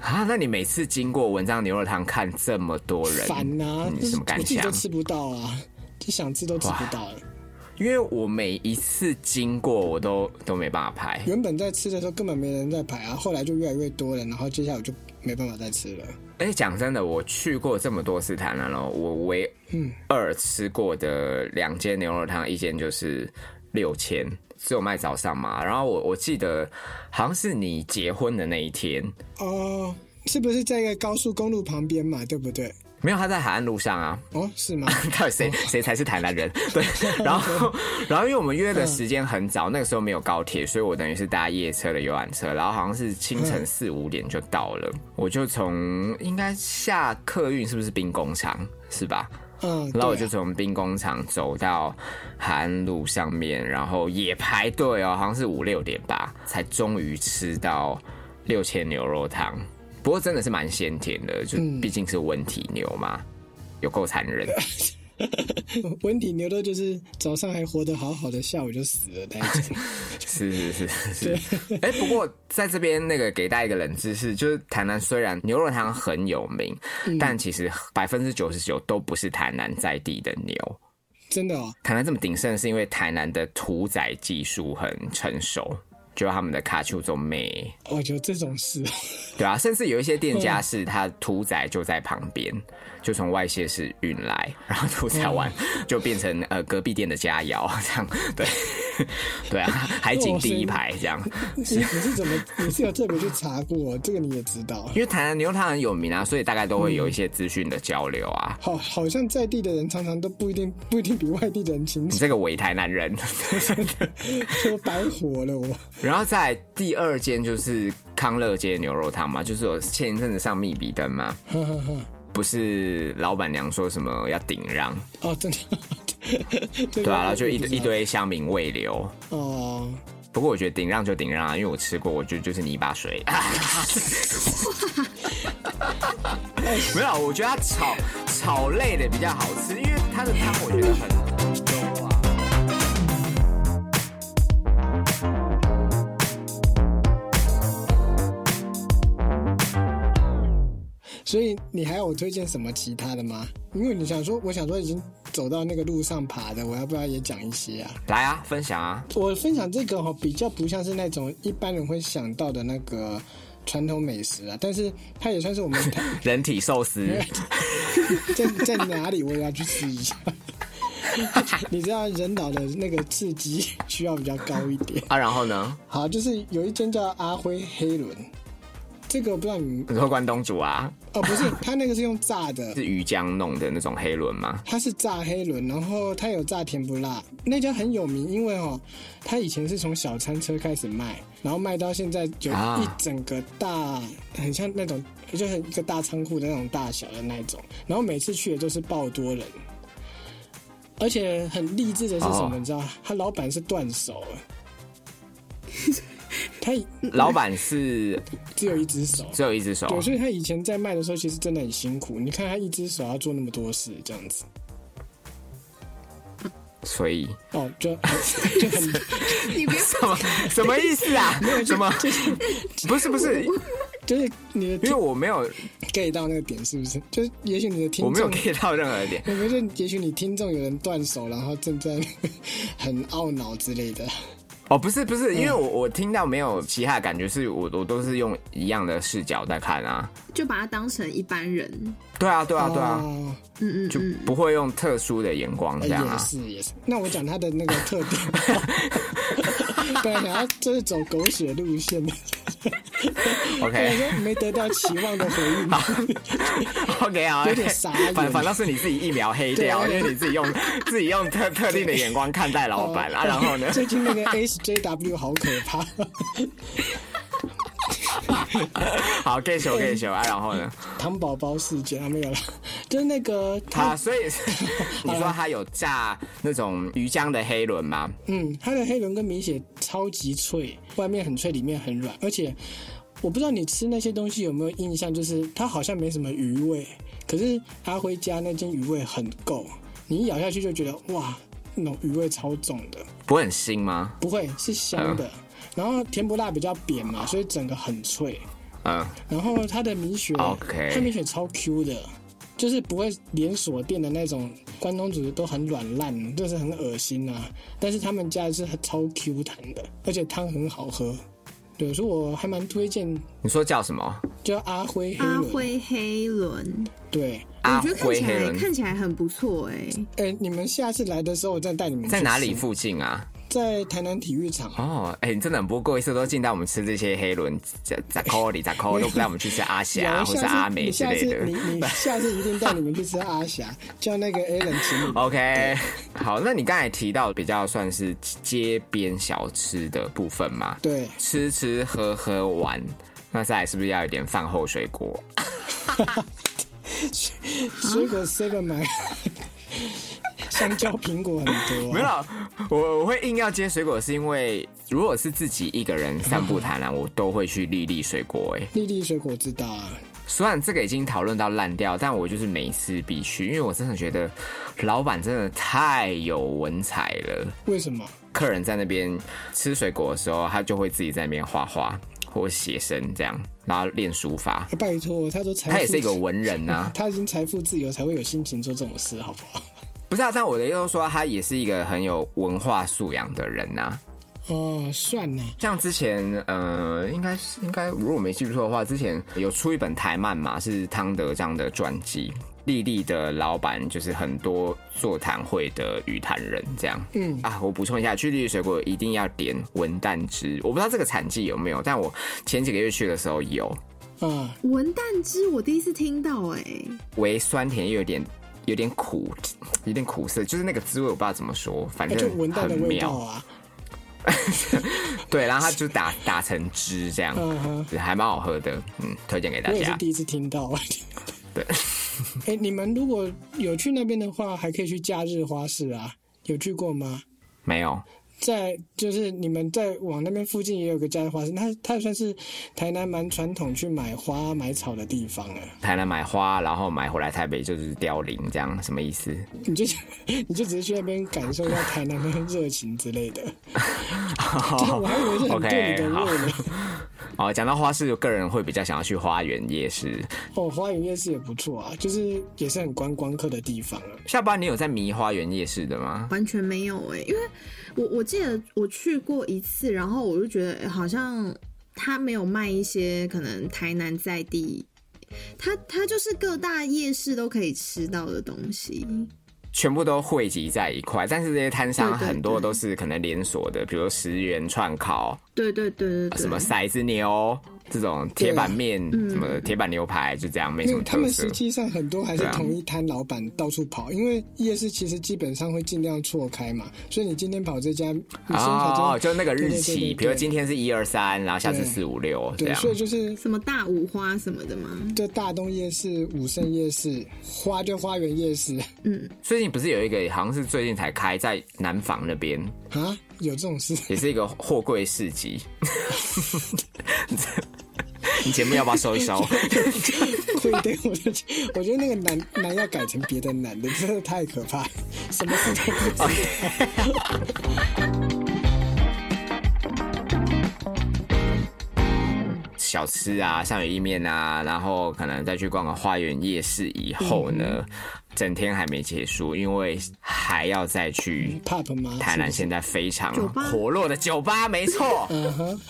S1: 啊，那你每次经过文章牛肉汤，看这么多人，
S3: 烦啊！
S1: 你
S3: 就是
S1: 什么
S3: 我
S1: 感
S3: 自己
S1: 想
S3: 都？吃不到啊，就想吃都吃不到了。
S1: 因为我每一次经过，我都都没办法拍。
S3: 原本在吃的时候根本没人在排啊，后来就越来越多人，然后接下来我就没办法再吃了。
S1: 而且讲真的，我去过这么多次台南了，我唯二吃过的两间牛肉汤，一间就是六千，只有卖早上嘛。然后我我记得好像是你结婚的那一天，
S3: 哦，是不是在一个高速公路旁边嘛？对不对？
S1: 没有他在海岸路上啊。
S3: 哦，是吗？
S1: 到底谁谁才是台南人？ 对，然后然后因为我们约的时间很早，那个时候没有高铁，所以我等于是搭夜车的游览车，然后好像是清晨四五点就到了，我就从应该下客运是不是兵工厂是吧？
S3: 嗯，
S1: 然后我
S3: 对
S1: 就
S3: 啊
S1: 从兵工厂走到海岸路上面，然后也排队哦，好像是五六点吧，才终于吃到六千牛肉汤。不过真的是蛮鲜甜的，就
S3: 嗯
S1: 毕竟是温体牛嘛，有够残忍。
S3: 温体牛肉就是早上还活得好好的，下午就死了 那一种。
S1: 是是是是是。哎、不过在这边那个给大家一个冷知识，就是台南虽然牛肉汤很有名，
S3: 嗯
S1: 但其实百分之九十九都不是台南在地的牛。
S3: 真的哦，
S1: 台南这么鼎盛，是因为台南的屠宰技术很成熟，就是他们的卡丘中妹，
S3: 我觉得这种事，
S1: 对啊，甚至有一些店家是它屠宰就在旁边，就从外县市运来，然后屠宰完就变成呃隔壁店的佳肴这样，对对啊，海景第一排这样。
S3: 你你是怎么？你是有特别去查过？这个你也知道。
S1: 因为台南牛肉汤很有名啊，所以大概都会有一些资讯的交流啊。
S3: 好，好像在地的人常常都不一定不一定比外地的人清
S1: 你
S3: 楚，
S1: 这个伪台南人，
S3: 我白活了哦我。
S1: 然后再来第二间就是康乐街牛肉汤嘛，就是有前一阵子上密比登嘛，
S3: 哈哈哈。
S1: 不是老板娘说什么要顶让，
S3: 哦，真的。对
S1: 对啊，然后就一
S3: 堆
S1: 堆一堆乡民未留。
S3: 哦，
S1: 不过我觉得顶让就顶让啊，因为我吃过，我觉得就是泥巴水。没有，啊我觉得它炒炒类的比较好吃，因为它的汤我觉得很浓啊。
S3: 所以你还有推荐什么其他的吗？因为你想说，我想说已经走到那个路上爬的，我要不要也讲一些啊？
S1: 来啊，分享啊，
S3: 我分享这个哈、哦比较不像是那种一般人会想到的那个传统美食啊，但是它也算是我们台
S1: 人体寿司。
S3: 在 在哪里我也要去吃一下。 你知道人脑的那个刺激 需要比较高一点。
S1: 啊，然后呢？
S3: 好，就是有一间叫阿辉黑轮，这个不知道你
S1: 你说关东煮啊，
S3: 哦，不是，它那个是用炸的，
S1: 是鱼浆弄的那种黑轮吗？
S3: 它是炸黑轮，然后它有炸甜不辣，那家很有名，因为哦，它以前是从小餐车开始卖，然后卖到现在有
S1: 啊
S3: 一整个大，很像那种就很一个大仓库的那种大小的那种，然后每次去也都是爆多人，而且很励志的是什么，
S1: 哦
S3: 你知道，他老板是断手了。他以
S1: 老板是
S3: 只有一只手，
S1: 只有一只手，
S3: 对，所以他以前在卖的时候，其实真的很辛苦。你看他一只手要做那么多事，这样子，
S1: 所以
S3: 哦，就就很
S2: 你别
S1: 什么什么意思啊？什么？ 不是不是，
S3: 就是你的
S1: 因为
S3: 听
S1: 我没有
S3: get 到那个点，是不是？就是也许你的听
S1: 我
S3: 众，
S1: 没有 get 到任何一点。
S3: 我觉得也许你听众有人断手，然后正在很懊恼之类的。
S1: 哦，不是不是，因
S3: 嗯
S1: 为我我听到没有其他的感觉，是我我都是用一样的视角在看啊。
S2: 就把它当成一般人。
S1: 对啊对啊对啊，
S3: 哦
S2: 嗯嗯
S1: 就
S2: 嗯，
S1: 不会用特殊的眼光
S3: 哎
S1: 这样
S3: 也
S1: 啊。
S3: 是也是。那我讲他的那个特 点，本来想要就是走狗血路线的，但
S1: OK
S3: 是没得到期望的回应。
S1: OK 好，
S3: 有点傻眼
S1: 反反倒是你自己一秒黑掉，
S3: 对
S1: 因为你自己用自己用特特定的眼光看待老板
S3: 哦
S1: 啊，然后 呢？
S3: 最近那 个 HJW 好可怕，
S1: 好 get 球 get 球啊，然后呢？
S3: 糖宝宝事件啊没有了，就是那个
S1: 他
S3: 他
S1: 所以你说他有炸那种鱼浆的黑轮吗？
S3: 嗯，它的黑龙跟米血超级脆，外面很脆，里面很软，而且我不知道你吃那些东西有没有印象，就是它好像没什么余味，可是阿辉家那间余味很够，你一咬下去就觉得哇，那种余味超重的，
S1: 不会很腥吗？
S3: 不会是香的，然后甜不辣比较扁嘛，所以整个很脆，
S1: 嗯，
S3: 然后它的米血
S1: OK
S3: 它米血超 Q 的，就是不会连锁店的那种关东煮都很软烂，就是很恶心啊。但是他们家是超 Q 弹的，而且汤很好喝。对，所以我还蛮推荐，
S1: 你说叫什么？
S3: 叫阿辉黑
S2: 嗯阿
S3: 轮。
S2: 辉黑轮，
S3: 对，
S1: 阿
S2: 我觉得看
S1: 辉
S2: 起
S1: 黑
S2: 来
S1: 轮
S2: 看起来很不错哎、
S3: 哎、你们下次来的时候，我再带你们去
S1: 在哪里
S3: 吃
S1: 附近啊？
S3: 在台南体育场。
S1: 哦，哎、你真的很不过意思，都进到我们吃这些黑轮、咋咋扣 里、咋扣，都不带我们去吃阿
S3: 有
S1: 霞或是阿
S3: 下次
S1: 美
S3: 你
S1: 之
S3: 下
S1: 类
S3: 次你
S1: 的。
S3: 你下次一定带你们去吃阿霞，叫那个 a l a n 请你
S1: 哦 OK，好，那你刚才提到比较算是街边小吃的部分嘛？
S3: 对。
S1: 吃吃喝喝玩，那再来是不是要有点饭后水果？啊
S3: 水果 seven 买， 香蕉、苹果很多、
S1: 没
S3: 啊。
S1: 有，我我会硬要接水果，是因为如果是自己一个人散步台南，我都会去粒粒水果、哎，
S3: 丽丽水果知道啊，
S1: 虽然这个已经讨论到烂掉，但我就是每一次必须，因为我真的觉得老板真的太有文采了。
S3: 为什么？啊
S1: 客人在那边吃水果的时候，他就会自己在那边画画或写生这样，然后练书法。
S3: 啊拜托，他说财富，
S1: 他也是一个文人啊呐、
S3: 他已经财富自由，才会有心情做这种事，好不 好？
S1: 不是啊？但我的意思是说，他也是一个很有文化素养的人啊呐、
S3: 哦，算了，
S1: 像之前，呃，应该是应该，如果我没记错的话，之前有出一本台漫嘛，是汤德章的传记。丽丽的老板就是很多座谈会的语坛人，这样。嗯啊，我补充一下，去丽丽水果一定要点文旦汁。我不知道这个产季有没有，但我前几个月去的时候有，
S3: 啊，
S2: 文旦汁我第一次听到哎、
S1: 微酸甜又有点有点苦，有点苦涩，就是那个滋味我不知道怎么说，反
S3: 那哎就
S1: 正
S3: 闻到
S1: 很
S3: 的味
S1: 妙。
S3: 道啊，
S1: 对，然后它就打打成汁这样，
S3: 嗯哼，
S1: 还蛮好喝的，嗯，推荐给大
S3: 我也
S1: 家
S3: 是。第一次听到。
S1: 对，
S3: 哎、你们如果有去那边的话，还可以去假日花市啊，有去过吗？
S1: 没有，
S3: 在就是你们在往那边附近也有个假日花市，它它也算是台南蛮传统去买花买草的地方了。
S1: 台南买花，然后买回来台北就是凋零，这样什么意思？
S3: 你就你就只是去那边感受一下台南的热情之类的。我还以为是很
S1: 哦 OK，
S3: 对你的
S1: 好
S3: 味呢。
S1: 哦，讲到花市，我个人会比较想要去花园夜市。
S3: 哦，花园夜市也不错啊，就是也是很观光客的地方啊。
S1: 下班你有在迷花园夜市的吗？
S2: 完全没有哎、因为我我记得我去过一次，然后我就觉得、诶好像他没有卖一些可能台南在地，他他就是各大夜市都可以吃到的东西。
S1: 全部都汇集在一块，但是这些摊商
S2: 对对
S1: 很多
S2: 对
S1: 都是可能连锁的，比如十元串烤、
S2: 对对对对对，
S1: 什么骰子牛、这种铁板面、什么铁板牛排，就这样没什
S3: 嗯因
S1: 么
S3: 为他
S1: 特
S3: 们
S1: 色
S3: 实。际上很多还是
S1: 对啊
S3: 同一摊老板到处跑，因为夜市其实基本上会尽量错开嘛，所以你今天跑这家，你先跑
S1: 哦，
S3: 这
S1: 就那
S3: 家，
S1: 个日
S3: 对对对
S1: 期，
S3: 对
S1: 比如今天是一二三，然后下次
S3: 对
S1: 四五六这
S3: 对，
S1: 样。
S3: 所以就是
S2: 什么大五花什么的吗？
S3: 就大东夜市、武圣夜市、花就花园夜市
S1: 最近不是有一个好像是最近才开在南坊那边，
S3: 啊，有这种事。
S1: 也是一个货柜市 集。你节目要不要收一 收？
S3: 会对我就觉得我觉得那个男男要改成别的男的，真的太可怕，什么事都不知道。
S1: 小吃啊，像有意面啊，然后可能再去逛个花园夜市以后呢，
S2: 嗯
S1: 整天还没结束，因为还要再去
S3: pub 吗？
S1: 台南现在非常
S2: 酒吧
S1: 活络的酒吧，没错。
S3: 嗯哼，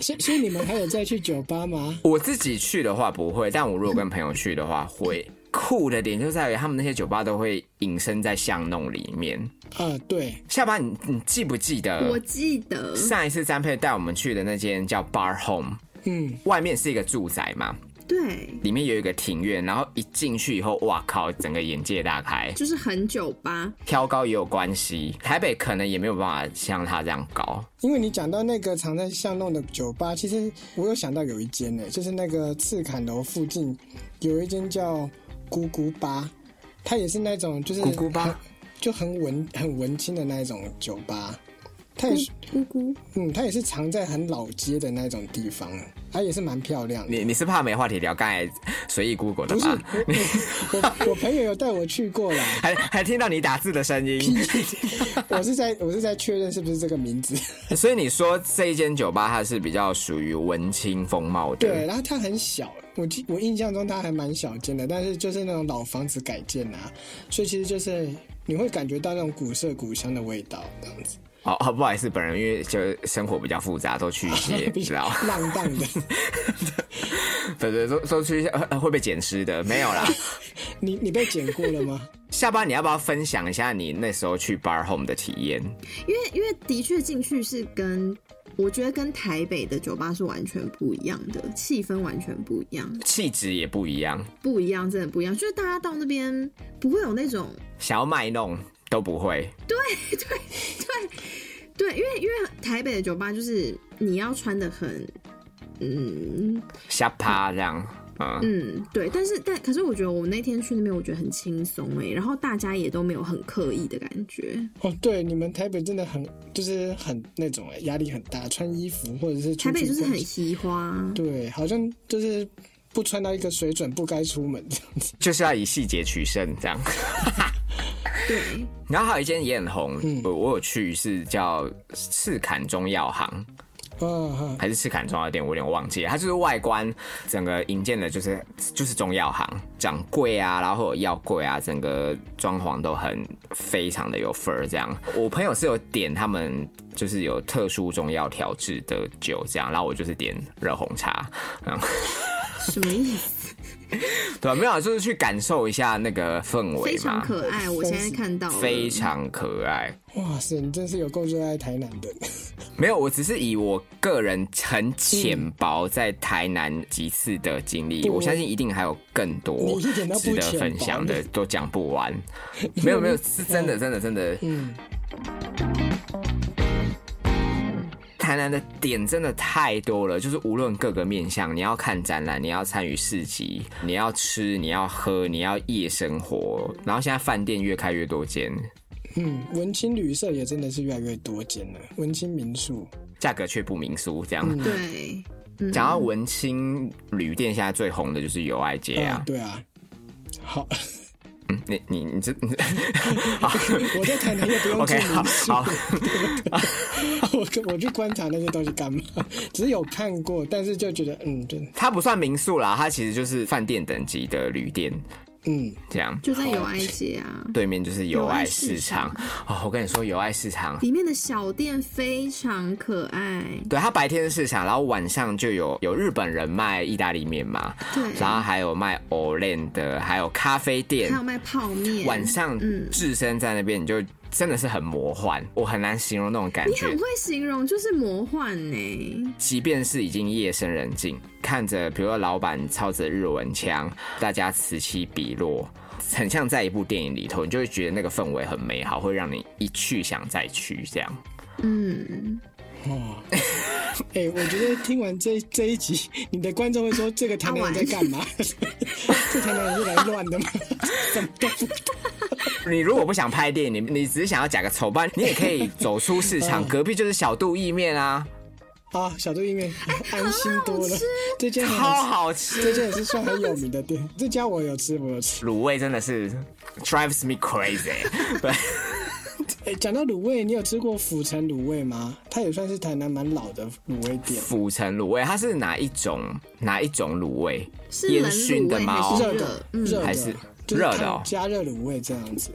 S3: 所以所以你们还有再去酒吧吗？
S1: 我自己去的话不会，但我如果跟朋友去的话会。酷的点就在于他们那些酒吧都会隐身在巷弄里面。
S3: 啊，对，
S1: 下班你你记不记
S2: 我
S1: 得
S2: 记得，
S1: 上一次詹佩带我们去的那间叫 Bar Home，
S3: 嗯，
S1: 外面是一个住宅嘛，
S2: 对，
S1: 里面有一个庭院，然后一进去以后，哇靠，整个眼界大开。
S2: 就是很久吧。
S1: 挑高也有关系，台北可能也没有办法像他这样高。
S3: 因为你讲到那个藏在巷弄的酒吧，其实我有想到有一间呢，就是那个赤坎楼附近有一间叫咕咕吧，它也是那种就是
S1: 咕咕吧
S3: 就很文很文青的那一种酒吧，它也
S2: 咕
S3: 是
S2: 咕咕，
S3: 嗯，它也是藏在很老街的那种地方，啊它也是蛮漂亮的。
S1: 你你是怕没话题聊，刚才随意 Google 的
S3: 不是
S1: 吧？
S3: 我我我朋友有带我去过啦，
S1: 还还听到你打字的声音，
S3: 我是在我是在确认是不是这个名字。
S1: 所以你说这一间酒吧它是比较属于文青风貌的，
S3: 对，然后它很小，我记我印象中它还蛮小间的，但是就是那种老房子改建啊，所以其实就是你会感觉到那种古色古香的味道，这样子，
S1: 哦哦，不好意思，本人因为就生活比较复杂，都去一些，
S3: 比
S1: 知
S3: 较
S1: 道？
S3: 浪荡的。
S1: 对对，都都去一些呃会被捡尸的，没有啦。
S3: 你你被剪过了吗？
S1: 下班你要不要分享一下你那时候去 Bar Home 的体验？
S2: 因为因为的确进去是跟我觉得跟台北的酒吧是完全不一样的，气氛完全不一样，
S1: 气质也不一样，
S2: 不一样，真的不一样。就是大家到那边不会有那种
S1: 想要卖弄都不会。
S2: 对，因为因为台北的酒吧就是你要穿的很，嗯
S1: 瞎趴这样，嗯，
S2: 嗯，对，但是但可是我觉得我那天去那边，我觉得很轻松哎，然后大家也都没有很刻意的感觉，
S3: 哦，对，你们台北真的很就是很那种欸压力很大，穿衣服或者是出
S2: 台北
S3: 去
S2: 就是
S3: 逛
S2: 很
S3: 街
S2: 嘻花，
S3: 对，好像就是不穿到一个水准不该出门这 样子。
S1: 就是要以细节取胜这样。
S2: 对，
S1: 然后还有一间也很红，我我有去是叫赤坎中药行
S3: 嗯哼，
S1: 还是赤坎中药店，我啊有点忘记了。它就是外观整个营建的就是就是中药行，掌柜啊，然后有药柜啊，整个装潢都很非常的有范儿。这样，我朋友是有点他们就是有特殊中药调制的酒这样，然后我就是点热红茶，嗯。
S2: 什么意思？
S1: 对吧？没有啊，就是去感受一下那个氛围嘛，
S2: 非常可爱，我现在看到了
S1: 非常可爱。
S3: 哇塞，你真是有够热爱台南的。
S1: 没有，我只是以我个人很浅薄在台南几次的经历，
S3: 对
S1: 我相信一定还有更
S3: 你
S1: 多
S3: 一点都不
S1: 值得
S3: 浅薄
S1: 分享的
S3: 你，
S1: 都讲不 完。没有没有，是真的真的真的，
S3: 嗯，
S1: 台南的点真的太多了，就是无论各个面向，你要看展览，你要参与市集，你要吃，你要喝，你要夜生活，然后现在饭店越开越多间，
S3: 嗯，文青旅社也真的是越来越多见了，文青民宿。
S1: 价格却不民俗，这样。
S3: 嗯
S2: 对，
S1: 讲到文青旅店，现在最红的就是友爱街啊
S3: 啊，。对啊。好，
S1: 你你你这，你
S3: 我在台南也不用住
S1: OK，好
S3: 民宿
S1: 好
S3: 我跟 我去观察那些东西干嘛？只是有看过，但是就觉得嗯，对，
S1: 它不算民宿啦，它其实就是饭店等级的旅店，
S3: 嗯，
S1: 这样。
S2: 就在友爱街啊，
S1: 对面就是友爱市
S2: 友
S1: 场哦，我跟你说，友爱市场，
S2: 里面的小店非常可爱，
S1: 对，它白天是市场，然后晚上就有有日本人卖意大利面嘛，
S2: 对，
S1: 然后还有卖 o l e n 的，还有咖啡店
S2: 还有，卖泡面，
S1: 晚上置身在那边，你就真的是很魔幻，我很难形容那种感
S2: 你
S1: 觉
S2: 很。会形容，就是魔幻欸呢、
S1: 即便是已经夜深人静，看着比如说老板操着日文腔，大家此起彼落，很像在一部电影里头，你就会觉得那个氛围很美好，会让你一去想再去这样。
S2: 嗯，
S3: 哦，哎、我觉得听完这这一集，你的观众会说这个台南人在干嘛？ 这台南人是来乱的吗？ 什么都不懂。
S1: 你如果不想拍电影，你你只是想要假个丑扮，你也可以走出市场，隔壁就是小肚意面啊，
S3: 啊，小猪意面安心多
S2: 很好
S3: 了
S2: 吃，
S3: 这间很
S1: 超 好吃。
S3: 这间也是算很有名的店，这家我有吃，我有吃。
S1: 卤味真的是 drives me crazy，对，
S3: 哎、讲到卤味，你有吃过府城卤味吗？它也算是台南蛮老的卤味店，
S1: 府城卤味它是哪一种哪一种卤味？
S2: 是
S1: 烟
S2: 冷
S1: 熏
S2: 卤
S1: 的
S2: 味
S1: 吗
S2: 还是
S3: 热
S2: 热
S3: 的？，
S2: 嗯，
S3: 热的，
S1: 还是
S3: 就是
S1: 热的哦
S3: 烫加热卤味这样子。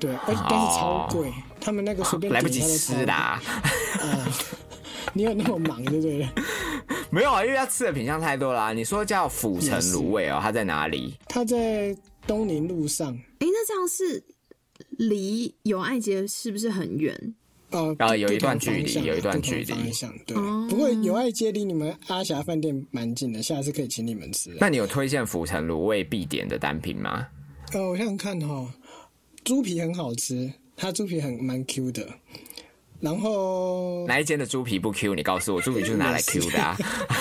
S3: 对，而但是超贵，他们那个随便
S1: 来不
S3: 点
S1: 及
S3: 一下都超
S1: 吃啦、
S3: 啊， 你有那么忙对不对？
S1: 没有啊，因为它吃的品相太多啦、啊你说叫府城卤味哦，它在哪里？
S3: 他在东宁路上，
S2: 哎、那这样是离友爱街是不是很远？
S3: 呃，
S1: 然后
S3: 不
S1: 有一段
S3: 不同
S1: 距离
S3: 方向啊
S1: 有一段距离
S3: 不同方向对
S2: 哦，
S3: 不过友爱街离你们阿霞饭店蛮近的，下次可以请你们吃。
S1: 那你有推荐府城卤味必点的单品吗？
S3: 呃，我想想看哈、猪皮很好吃，它猪皮很蛮 Q 的，然后
S1: 哪一间的猪皮不 Q？你告诉我，猪皮就是拿来 Q 的、啊。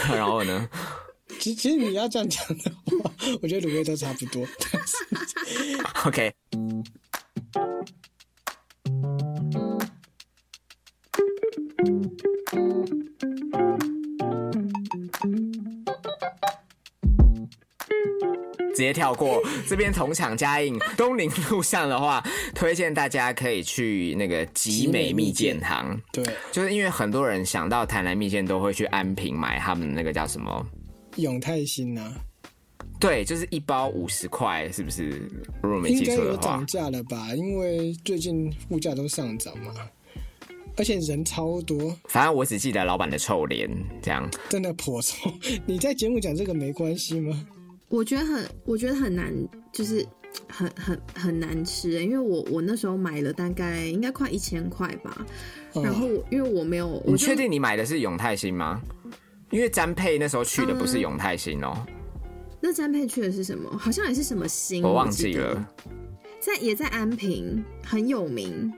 S1: 然后呢？
S3: 其其实你要这样讲的话，我觉得卤味都差不多。
S1: OK，直接跳过这边同场加映。东宁路上的话，推荐大家可以去那个集美蜜饯堂，
S3: 对，
S1: 就是因为很多人想到台南蜜饯都会去安平买他们那个叫什么。
S3: 永泰新呐、啊，
S1: 对，就是一包五十块，是不是？如果没
S3: 应
S1: 记
S3: 该
S1: 错
S3: 有
S1: 的话
S3: 涨，价了吧？因为最近物价都上涨嘛，而且人超多，
S1: 反正我只记得老板的臭脸这样。
S3: 真的颇臭。 你在节目讲这个没关系吗？
S2: 我觉得很，我觉得很难，就是很很很难吃、欸因为我我那时候买了大概应该快一千块吧，
S3: 嗯
S2: 然后我因为我没有，我
S1: 哦你
S2: 就
S1: 确定你买的是永泰新吗？因为詹佩那时候去的不是永泰新哦、
S2: 那詹佩去的是什么？好像也是什么星，
S1: 我
S2: 嗯我
S1: 忘
S2: 记
S1: 记
S2: 得
S1: 了。
S2: 在也在安平，很有名。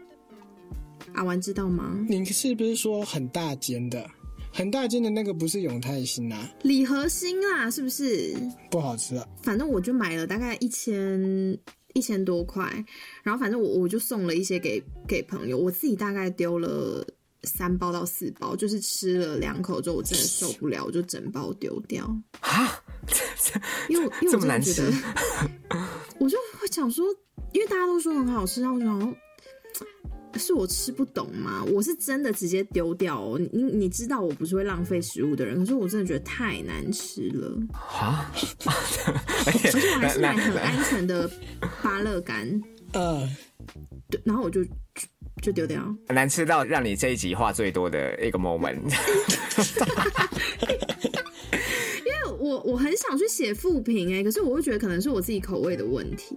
S2: 阿丸知道吗？
S3: 你是不是说很大间的？很大间的那个不是永泰新呐、啊，
S2: 李和兴啦，是不是？
S3: 不好吃啊。
S2: 反正我就买了大概一千一千多块，然后反正我我就送了一些给给朋友，我自己大概丢了三包到四包，就是吃了两口之后，我真的受不了，我就整包丢掉。
S1: 哈， 这这
S2: 因为我因为
S1: 这
S2: 我
S1: 么
S2: 真的
S1: 难
S2: 觉
S1: 吃
S2: 得，我就会想说，因为大家都说很好吃，然后我就想说。是我吃不懂吗？我是真的直接丢掉哦。你你你知道我不是会浪费食物的人，可是我真的觉得太难吃 了。
S1: 啊，而且
S2: 而且我还是 买
S1: 那
S2: 很
S1: 那
S2: 安全的芭乐干，
S3: 呃，
S2: 嗯对，然后我就就就丢掉。
S1: 那难吃到让你这一集话最多的一个 moment，
S2: 因为我我很想去写复评哎、可是我会觉得可能是我自己口味的问题。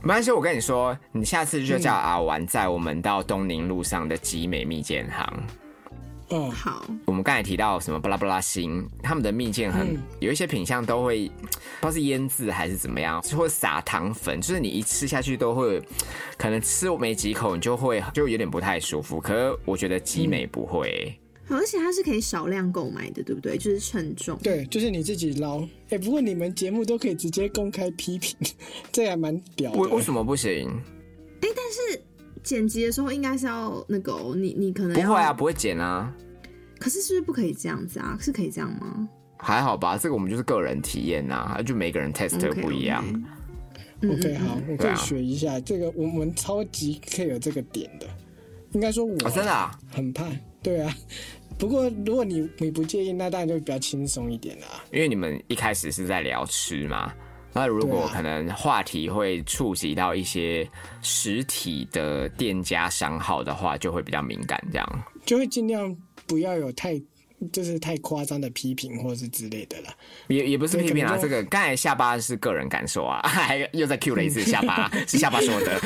S1: 没关系，我跟你说，你下次就
S2: 嗯
S1: 叫阿丸载我们到东宁路上的集美蜜饯行。
S3: 嗯，
S2: 好，
S1: 我们刚才提到什么巴拉巴拉星，他们的蜜饯很、
S3: 嗯
S1: 有一些品相都会，不知道是腌制还是怎么样，或者撒糖粉，就是你一吃下去都会，可能吃没几口你就会就有点不太舒服。可是我觉得集美不会、
S2: 好而且它是可以少量购买的，对不对？就是称重。
S3: 对，就是你自己捞。哎、不过你们节目都可以直接公开批评， 这还蛮屌的。
S1: 为为什么不行？
S2: 剪辑的时候应该是要那个哦、你你可能
S1: 不
S2: 要
S1: 会啊，，不会减啊，
S2: 可是是不是不可以这样子啊？是可以这样吗
S1: 还好吧，这个我们就是个人体验呐、啊，就每个人 test
S2: ？OK，
S1: 不一样。
S2: OK 嗯
S3: OK，
S2: 嗯
S3: 好，我可
S1: 对啊
S3: 以学一下、这个，我们超级 care 这个点的。应该说我、
S1: 哦，真的、啊，
S3: 很怕，对啊。不过如果你你不介意，那当然就比较轻松一点啦。
S1: 因为你们一开始是在聊吃嘛，那如
S3: 对
S1: 果
S3: 啊
S1: 可能话题会触及到一些实体的店家商号的话，就会比较敏感这样。
S3: 就会尽量不要有太就是太夸张的批评或是之类的啦。
S1: 也也不是批评啊，
S3: 对
S1: 这个刚才下巴是个人感受 啊，还又再 Q 了一次下巴，是下巴说的。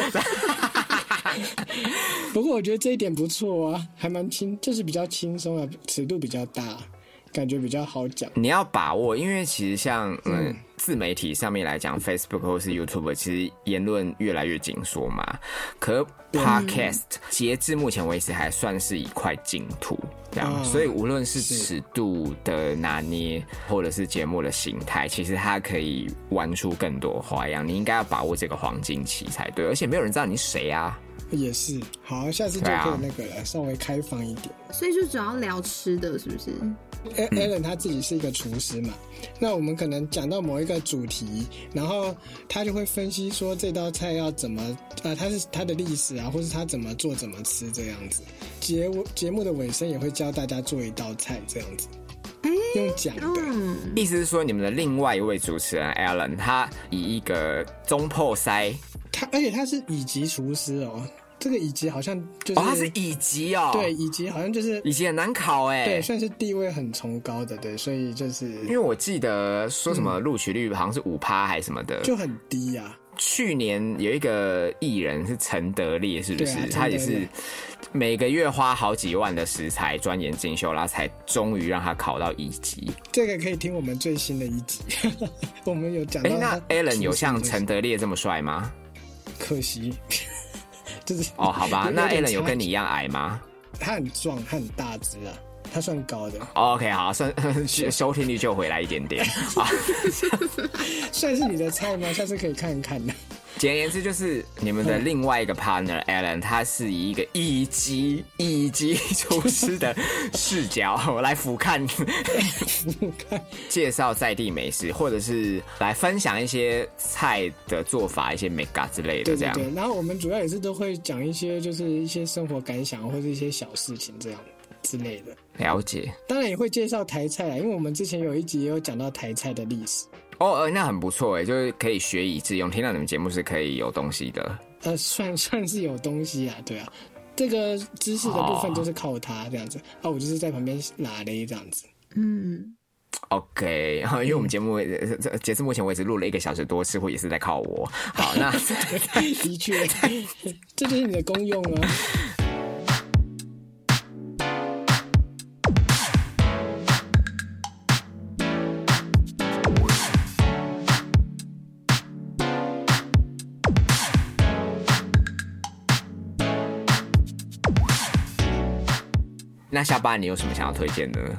S3: 不过我觉得这一点不错啊，还蛮轻，就是比较轻松啊，尺度比较大，感觉比较好讲。
S1: 你要把握，因为其实像嗯。自媒体上面来讲，Facebook 或是 YouTube，其实言论越来越紧缩嘛。可 Podcast 截至目前为止还算是一块净土，这样。
S3: 嗯
S1: 所以无论是尺度的拿捏，或者是节目的形态，其实它可以玩出更多花样。你应该要把握这个黄金期才对，而且没有人知道你是谁啊。
S3: 也是，好，下次就可以那个了，稍微开放一点。
S2: 所以就主要聊吃的，是不是？
S3: a
S1: 嗯
S3: a l a n 他自己是一个厨师嘛，那我们可能讲到某一个主题，然后他就会分析说这道菜要怎么，呃，它是它的历史啊，或是他怎么做、怎么吃这样子。节节目的尾声也会教大家做一道菜这样子，
S2: 哎、
S3: 用讲
S1: 哦
S3: 的，
S2: 嗯，
S1: 意思是说，你们的另外一位主持人 Alan，他以一个中破塞
S3: 他而且他是乙级厨师哦，这个乙级好像就是、
S1: 哦，他是乙级哦，
S3: 对，乙级好像就是
S1: 乙级很难考哎、
S3: 对，算是地位很崇高的，对，所以就是
S1: 因为我记得说什么录取率好像是五趴还是什么的。
S3: 嗯就很低啊呀、
S1: 去年有一个艺人是陈德烈，是不是？
S3: 对啊
S1: 他也
S3: 陈德
S1: 是
S3: 烈
S1: 每个月花好几万的食材钻研进修，然后才终于让他考到乙级。
S3: 这个可以听我们最新的一集， 我们有讲
S1: 哎、
S3: 到他
S1: 那
S3: 出生的事。
S1: Alan 有像陈德烈这么帅吗？
S3: 可惜， 就是
S1: 哦，好吧，
S3: 有
S1: 那
S3: 有点
S1: Alan 有
S3: 差
S1: 跟你一样矮吗
S3: 他很壮，他很大只啊，他算高的，
S1: 哦？OK，好，算 收听率就回来一点点。啊，
S3: 算是你的菜吗？下次可以看一看的。
S1: 简而言之，就是你们
S3: 嗯
S1: 的另外一个 partner Alan，他是以一个乙级乙级厨师的视 角来俯瞰介绍在地美食，或者是来分享一些菜的做法、一些 make up 之类
S3: 对
S1: 的，这
S3: 对
S1: 样。
S3: 对，然后我们主要也是都会讲一些就是一些生活感想或者一些小事情这样之类的。
S1: 了解
S3: 当然也会介绍台菜啊，因为我们之前有一集也有讲到台菜的历史，
S1: 哦，呃那很不错哎，就是可以学以致用。听到你们节目是可以有东西的。
S3: 呃，算 算是有东西啊，对啊，这个知识的部分就是靠他这样子，啊，我就是在旁边拿嘞这样子。
S2: 嗯，
S1: OK，然 后因为我们节目呃呃截至目前为止录了一个小时多，似乎也是在靠我。好， 那
S3: 的确， 这就是你的功用啊。
S1: 那下班你有什么想要推荐的呢？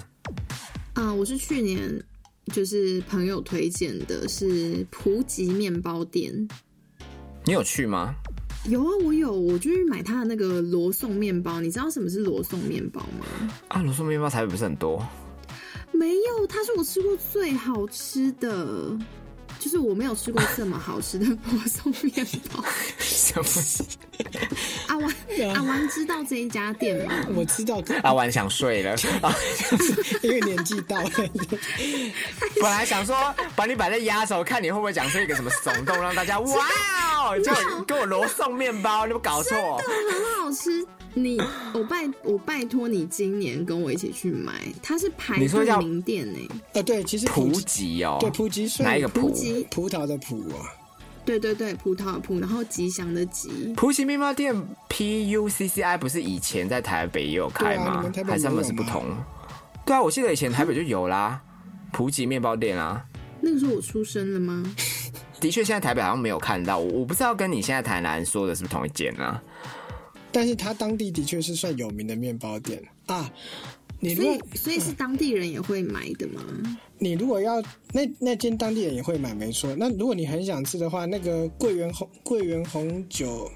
S2: 啊、我是去年就是朋友推荐的，是普吉面包店。
S1: 你有去吗？
S2: 有啊，我有，我就去买他的那个罗宋面包。你知道什么是罗宋面包吗？
S1: 啊，罗宋面包台北不是很多
S2: 没有，它是我吃过最好吃的，就是我没有吃过这么好吃的罗宋面包。
S1: 什么？
S2: 阿丸，
S3: 啊
S2: 阿丸知道这一家店 吗？
S3: 我知道，
S1: 阿婉想睡了，啊
S3: 因为年纪到了，
S1: 本来想说把你摆在压轴，看你会不会讲出一个什么耸动，让大家 哇哦，就跟我罗宋面包，你不搞错？
S2: 很好吃。你，我拜我拜托你今年跟我一起去买，它是排
S1: 你说
S2: 队
S1: 叫
S2: 名店呢、
S3: 呃，对，其实
S1: 普
S3: 普及
S1: 吉哦，
S3: 对普吉顺
S1: 哪一个普
S2: 普？吉，
S3: 葡萄的葡啊，
S2: 对对对，葡萄的葡，然后吉祥的吉，
S1: 普吉面包店 P U C C I 不是以前在台北也有开
S3: 对啊你
S1: 吗
S3: 们？台北
S1: 还是他
S3: 也
S1: 们
S3: 有
S1: 是不
S3: 吗
S1: 同？对啊，我记得以前台北就有啦，普吉面包店啊。
S2: 那个时候我出生了吗？
S1: 的确，现在台北好像没有看到，我我不知道跟你现在台南说的是不是同一间啊？
S3: 但是它当地的确是算有名的面包店啊。你如
S2: 所以
S3: 果
S2: 所以是当地人也会买的吗？
S3: 你如果要那那间当地人也会买，没错。那如果你很想吃的话，那个桂圆红桂圆红酒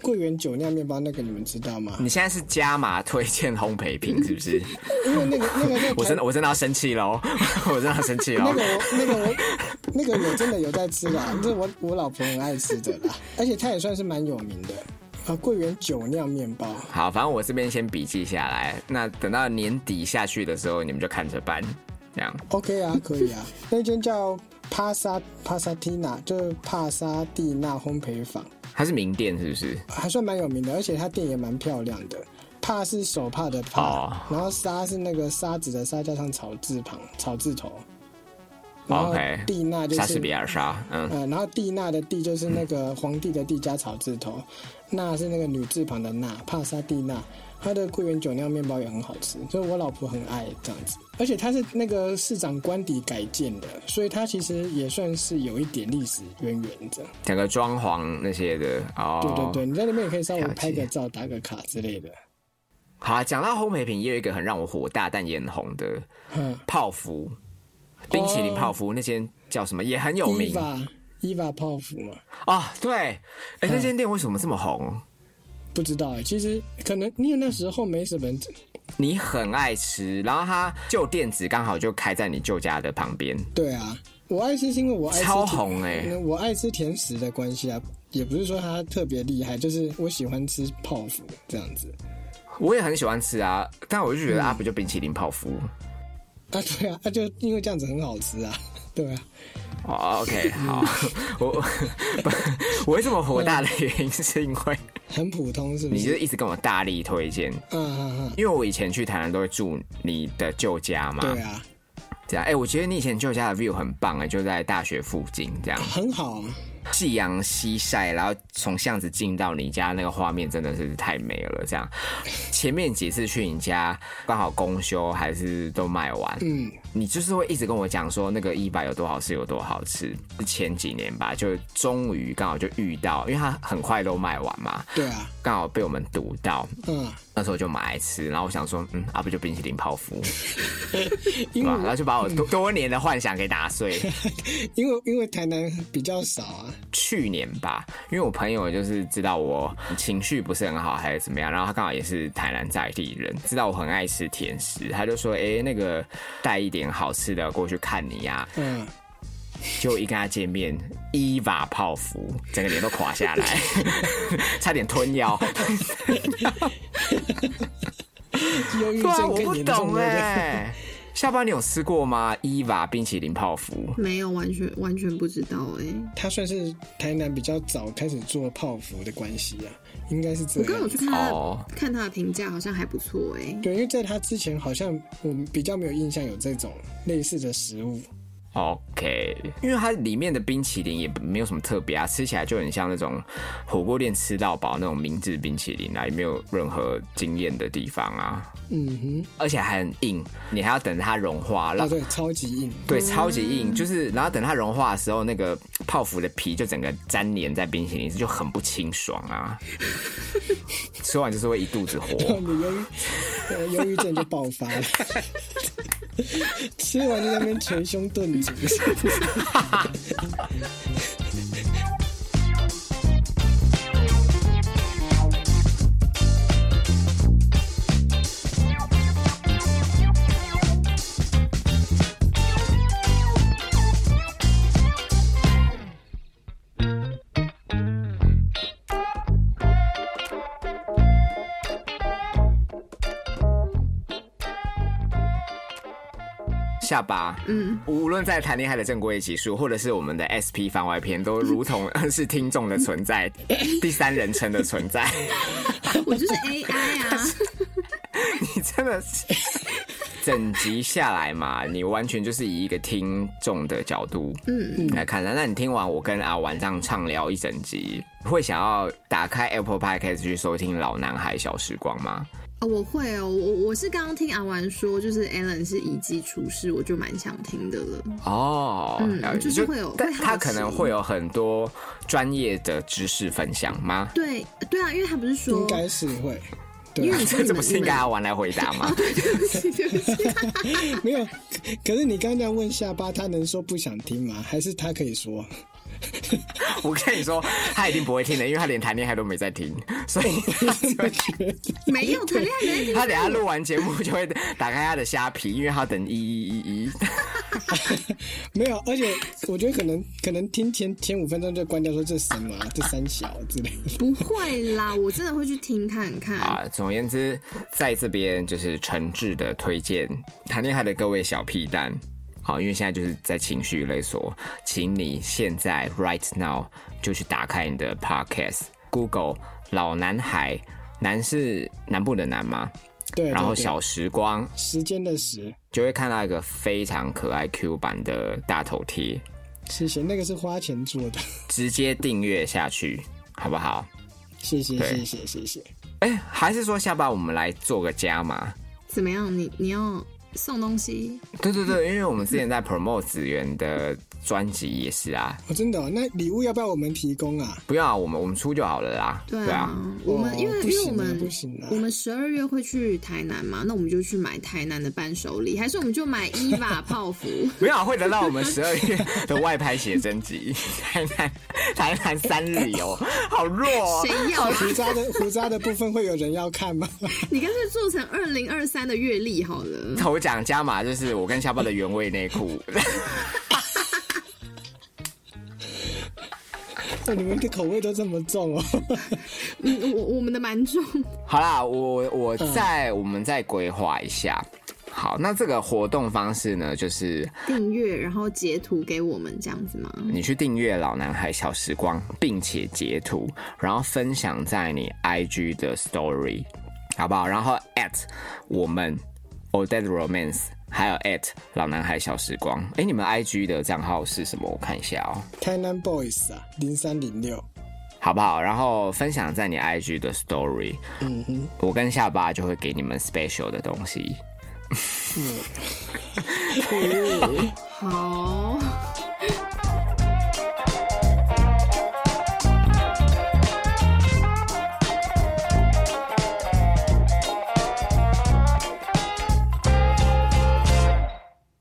S3: 桂圆酒酿面包那个你们知道吗？
S1: 你现在是加码推荐烘焙品是不 是？
S3: 因为那个那个在
S1: 我
S3: 台
S1: 真的我真的要生气喽！ 我真的要生气喽
S3: 那！个我那个我那个我真的有在吃啦，这我我老婆很爱吃的啦，而且它也算是蛮有名的啊，桂圆酒酿面包。
S1: 好，反正我这边先笔记下来，那等到年底下去的时候，你们就看着办。这样
S3: OK 啊，可以啊，那间叫帕萨帕萨蒂娜，就是帕萨蒂娜烘焙坊，
S1: 它是名店是不是？
S3: 还算蛮有名的，而且它店也蛮漂亮的。帕是手帕的帕
S1: 哦
S3: 然后沙是那个沙子的沙加上草字旁草字头，然后
S1: 啊 OK
S3: 蒂娜就
S1: 莎
S3: 是
S1: 士比亚莎，嗯，
S3: 呃，然后蒂娜的蒂就是那个皇帝的帝加草字头，娜是那个女字旁的娜，帕萨蒂娜。它的桂圆酒酿面包也很好吃，所以我老婆很爱这样子。而且它是那个市长官邸改建的，所以它其实也算是有一点历史渊源的。
S1: 整个装潢那些的哦，
S3: 对对对，你在那边也可以稍微
S1: 了解
S3: 拍个照、打个卡之类的。
S1: 好啦，讲到烘焙品，也有一个很让我火大但也很红的
S3: 嗯
S1: 泡芙，冰淇淋泡芙、
S3: 哦
S1: 那间叫什么也很有
S3: 伊
S1: 名啊、
S3: 娃伊娃泡芙嘛，
S1: 对，哎、那间店为什么这么红？
S3: 不知道欸其实可能因为那时候没什么人
S1: 你很爱吃，然后它旧店址刚好就开在你舅家的旁边，
S3: 对啊，我爱吃是因为我爱吃
S1: 超
S3: 甜
S1: 红欸
S3: 嗯我爱吃甜食的关系啊，也不是说它特别厉害，就是我喜欢吃泡芙这样子。
S1: 我也很喜欢吃啊，但我就觉得啊，不就冰淇淋泡芙？
S3: 啊，对啊，啊就因为这样子很好吃啊， 对啊，
S1: 哦，OK，好， 我我为什么火大的原因是因为
S3: 很普通是不？
S1: 你就是是一直跟我大力推荐，
S3: 啊啊啊，
S1: 因为我以前去台南都会住你的舅家嘛，
S3: 对啊，
S1: 这样，哎、我觉得你以前旧家的 view 很棒啊，就在大学附近，这样
S3: 很好，
S1: 夕阳西晒，然后从巷子进到你家，那个画面真的是太美了。这样，前面几次去你家，刚好公休还是都卖完，
S3: 嗯，
S1: 你就是会一直跟我讲说那个一百有多好吃，有多好吃。前几年吧，就终于刚好就遇到，因为它很快都卖完嘛，
S3: 对啊，
S1: 刚好被我们堵到，
S3: 嗯，
S1: 那时候就买来吃，然后我想说，嗯，啊不就冰淇淋泡芙， 对
S3: 因为
S1: 吧？然
S3: 我
S1: 后就把我多多年的幻想给打碎。
S3: 因为因为台南比较少啊，
S1: 去年吧，因为我朋友就是知道我情绪不是很好还是怎么样，然后他刚好也是台南在地人，知道我很爱吃甜食，他就说：“哎、那个带一点好吃的过去看你呀、
S3: 嗯，
S1: 就一跟他见面，伊娃泡芙，整个脸都垮下来， 差点吞 腰。
S3: 忧郁
S1: 对啊，
S3: 症
S1: 我
S3: 更
S1: 不
S3: 严重
S1: 懂哎、
S3: 了。
S1: 下班你有吃过吗？伊娃冰淇淋泡芙，
S2: 没有完全完全不知道哎、
S3: 他算是台南比较早开始做泡芙的关系啊，应该是这
S2: 我
S3: 样。
S2: 刚有去看他、
S1: 哦
S2: 看他的评价，好像还不错哎、
S3: 对，因为在他之前好像我们比较没有印象有这种类似的食物。
S1: OK，因为它里面的冰淇淋也没有什么特别啊，吃起来就很像那种火锅店吃到饱那种明治冰淇淋啊，也没有任何惊艳的地方啊，
S3: 嗯
S1: 而且还很硬，你还要等它融化，
S3: 哼，
S1: 让、
S3: 啊对，超级硬。
S1: 对超级硬，就是然后等它融化的时候，那个泡芙的皮就整个粘连在冰淇淋，就很不清爽啊，吃完就是会一肚子火。
S2: 哦
S3: 哦你忧郁， 呃忧郁症就爆发了。 吃完就在那边捶胸顿足。
S2: 哦
S1: 下巴，嗯，无论在谈恋爱的正规集数，或者是我们的 SP 番外篇，都如 同是听众的存在，第三人称的存在。
S2: 我就是 AI 啊，
S1: 你真的是整集下来嘛，你完全就是以一个听众的角度，嗯，来看的。那你听完我跟阿晚上畅聊一整集，会想要打开 Apple Podcast 去收听《老男孩小时光》吗？
S2: 哦我会哦，我我是刚刚听阿丸说，就是 Alan 是遗迹厨师，我就蛮想听的了。
S1: 哦，
S2: 嗯
S1: 了解
S2: 就是会有
S1: 但
S2: 会好
S1: 他可能
S2: 奇
S1: 会有很多专业的知识分享吗？
S2: 对对啊，因为他不是说，
S3: 应该是会。
S2: 因
S3: 对
S2: 为
S3: 啊，
S2: 你说你
S1: 这
S2: 们
S1: 不是应该阿玩来回答 吗？
S2: 你们对不起对不起，
S3: 没有。可是你刚刚这样问下巴，他能说不想听吗？还是他可以说？
S1: 我跟你说，他一定不会听的，因为他连谈恋爱都没在听，所以
S2: 没有谈恋爱没
S1: 他等下录完节目就会打开他的虾皮，因为他等一一 一一。
S3: 没有，而且我觉得可能可能听前前五分钟就关掉，说这什么 啊、这三小之类的。
S2: 不会啦，我真的会去听看看。
S1: 啊，总而言之，在这边就是诚挚的推荐谈恋爱的各位小屁蛋，好，因为现在就是在情绪勒索，请你现在 right now 就去打开你的 podcast，Google 老男孩，男是南部的男吗？
S3: 对，
S1: 然后
S3: 对对
S1: 小时光
S3: 时间的时，
S1: 就会看到一个非常可爱 Q 版的大头贴，
S3: 谢谢，那个是花钱做的，
S1: 直接订阅下去，好不好？
S3: 谢谢
S1: 对
S3: 谢谢谢谢。
S1: 哎、还是说下班我们来做个加码？
S2: 怎么样？你你要送东西？
S1: 对对 对，因为我们之前在 promote 子源的专辑也是啊，
S3: 哦，真的哦、那礼物要不要我们提供啊？
S1: 不要啊我们我们出就好了啦。
S2: 对
S1: 对
S2: 啊
S1: 啊，，
S2: 我们
S3: 哦
S2: 因为
S3: 不
S2: 因为
S3: 行
S2: 我
S3: 啊
S2: 们
S3: 不行啊
S2: 我们十二月会去台南嘛，那我们就去买台南的伴手礼，还是我们就买伊娃泡芙？
S1: 没有啊会得到我们十二月的外拍写真集， 台南台南三日游，好弱哦
S2: 谁。要啊？
S3: 胡渣的 胡渣的部分会有人要看吗？
S2: 你干脆做成二零二三的月历好了。
S1: 头奖加码就是我跟下巴的原味内裤，
S3: 哦你们的口味都这么重哦。
S2: 嗯，我我们的蛮重，
S1: 好啦，我我
S3: 嗯
S1: 再、我们再规划一下。好，那这个活动方式呢，就是
S2: 订阅然后截图给我们这样子吗？
S1: 你去订阅《老男孩小时光》，并且截图，然后分享在你 IG 的 Story，好不好？然后 at 我们 o d e a d Romance，还有 at 老男孩小时光。哎、你们 IG 的账号是什么？我看一下哦、
S3: 台南 boys 啊，零三零 六，
S1: 好不好？然后分享在你 IG 的 Story，
S3: 嗯哼，
S1: 我跟下巴就会给你们 special 的东西。
S2: 好，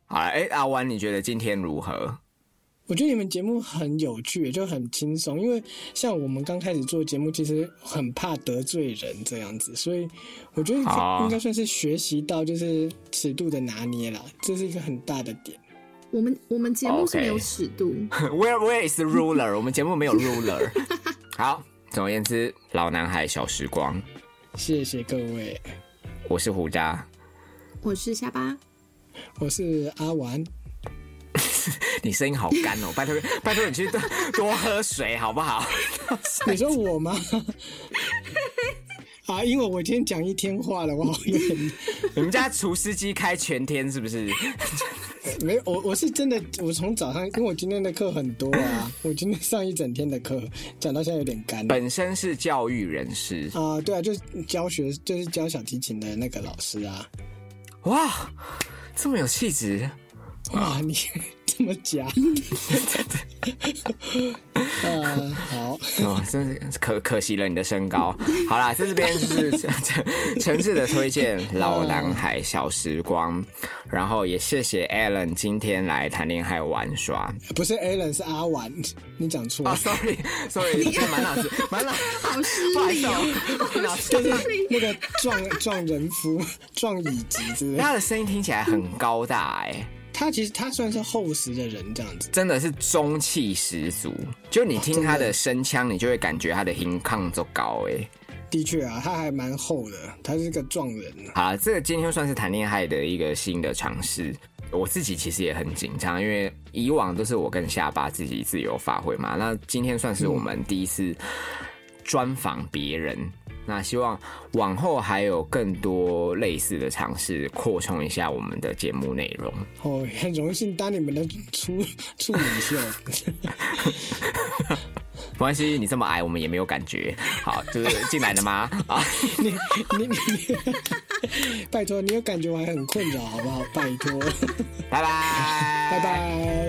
S1: 好了，哎、阿弯，你觉得今天如何？
S3: 我觉得你们节目很有趣，就很轻松。因为像我们刚开始做节目，其实很怕得罪人这样子，所以我觉得
S1: 好
S3: 应该算是学习到就是尺度的拿捏啦，这是一个很大的点。
S2: 我们我们节目是
S1: OK
S2: 没有尺度
S1: Where Where is the ruler？我们节目没有 ruler。好，总而言之，老男孩小时光，
S3: 谢谢各位，
S1: 我是胡渣。
S2: 我是下巴，
S3: 我是阿玩。
S1: 你声音好干哦，拜托拜托你去多多喝水好不好？
S3: 你说我吗？ 啊，因为我今天讲一天话了，我好有点
S1: 你们家厨师机开全天是不是？
S3: 没有，我我是真的，我从早上，因为我今天的课很多啊，我今天上一整天的课，讲到现在有点干。
S1: 本身是教育人士，
S3: 啊、对啊，就是教学，就是教小提琴的那个老师啊。
S1: 哇，这么有气质。
S3: 哇，你 这么假？ 呃，好，
S1: 哦，真是可可惜了你的身高。好啦，在这边就是 陈陈陈志的推荐《老
S2: 嗯
S1: 男孩小时光》，然后也谢谢 Alan 今天来谈恋爱玩耍。
S3: 不是 Alan 是阿婉，你讲错
S1: 哦
S3: 了。
S1: ，sorry，sorry，这满 脑子满脑，
S2: 好失
S1: 不好意
S2: 礼
S1: 思
S2: 哦。
S1: 哦， 满脑子。
S3: 就是那个撞撞人夫、 撞椅子之类的。
S1: 他的声音听起来很高大哎、
S3: 他其实他算是厚实的人这样子。
S1: 真的是中气十足。就你听他的声腔，你就会感觉他的音抗就高哎、
S3: 的确啊，他还蛮厚的，他是个壮人啊。
S1: 好啦，这个今天算是谈恋爱的一个新的尝试。我自己其实也很紧张，因为以往都是我跟下巴自己自由发挥嘛。那今天算是我们第一次专访别人，那希望往后还有更多类似的尝试，扩充一下我们的节目内容。
S3: 哦，很荣幸当你们的处处女秀。
S1: 没关系，你这么矮，我们也没有感觉。好，就是进来了吗？啊，
S3: 你你你， 拜托，你有感觉我还很困扰，好不好？拜托，
S1: 拜拜，
S3: 拜拜。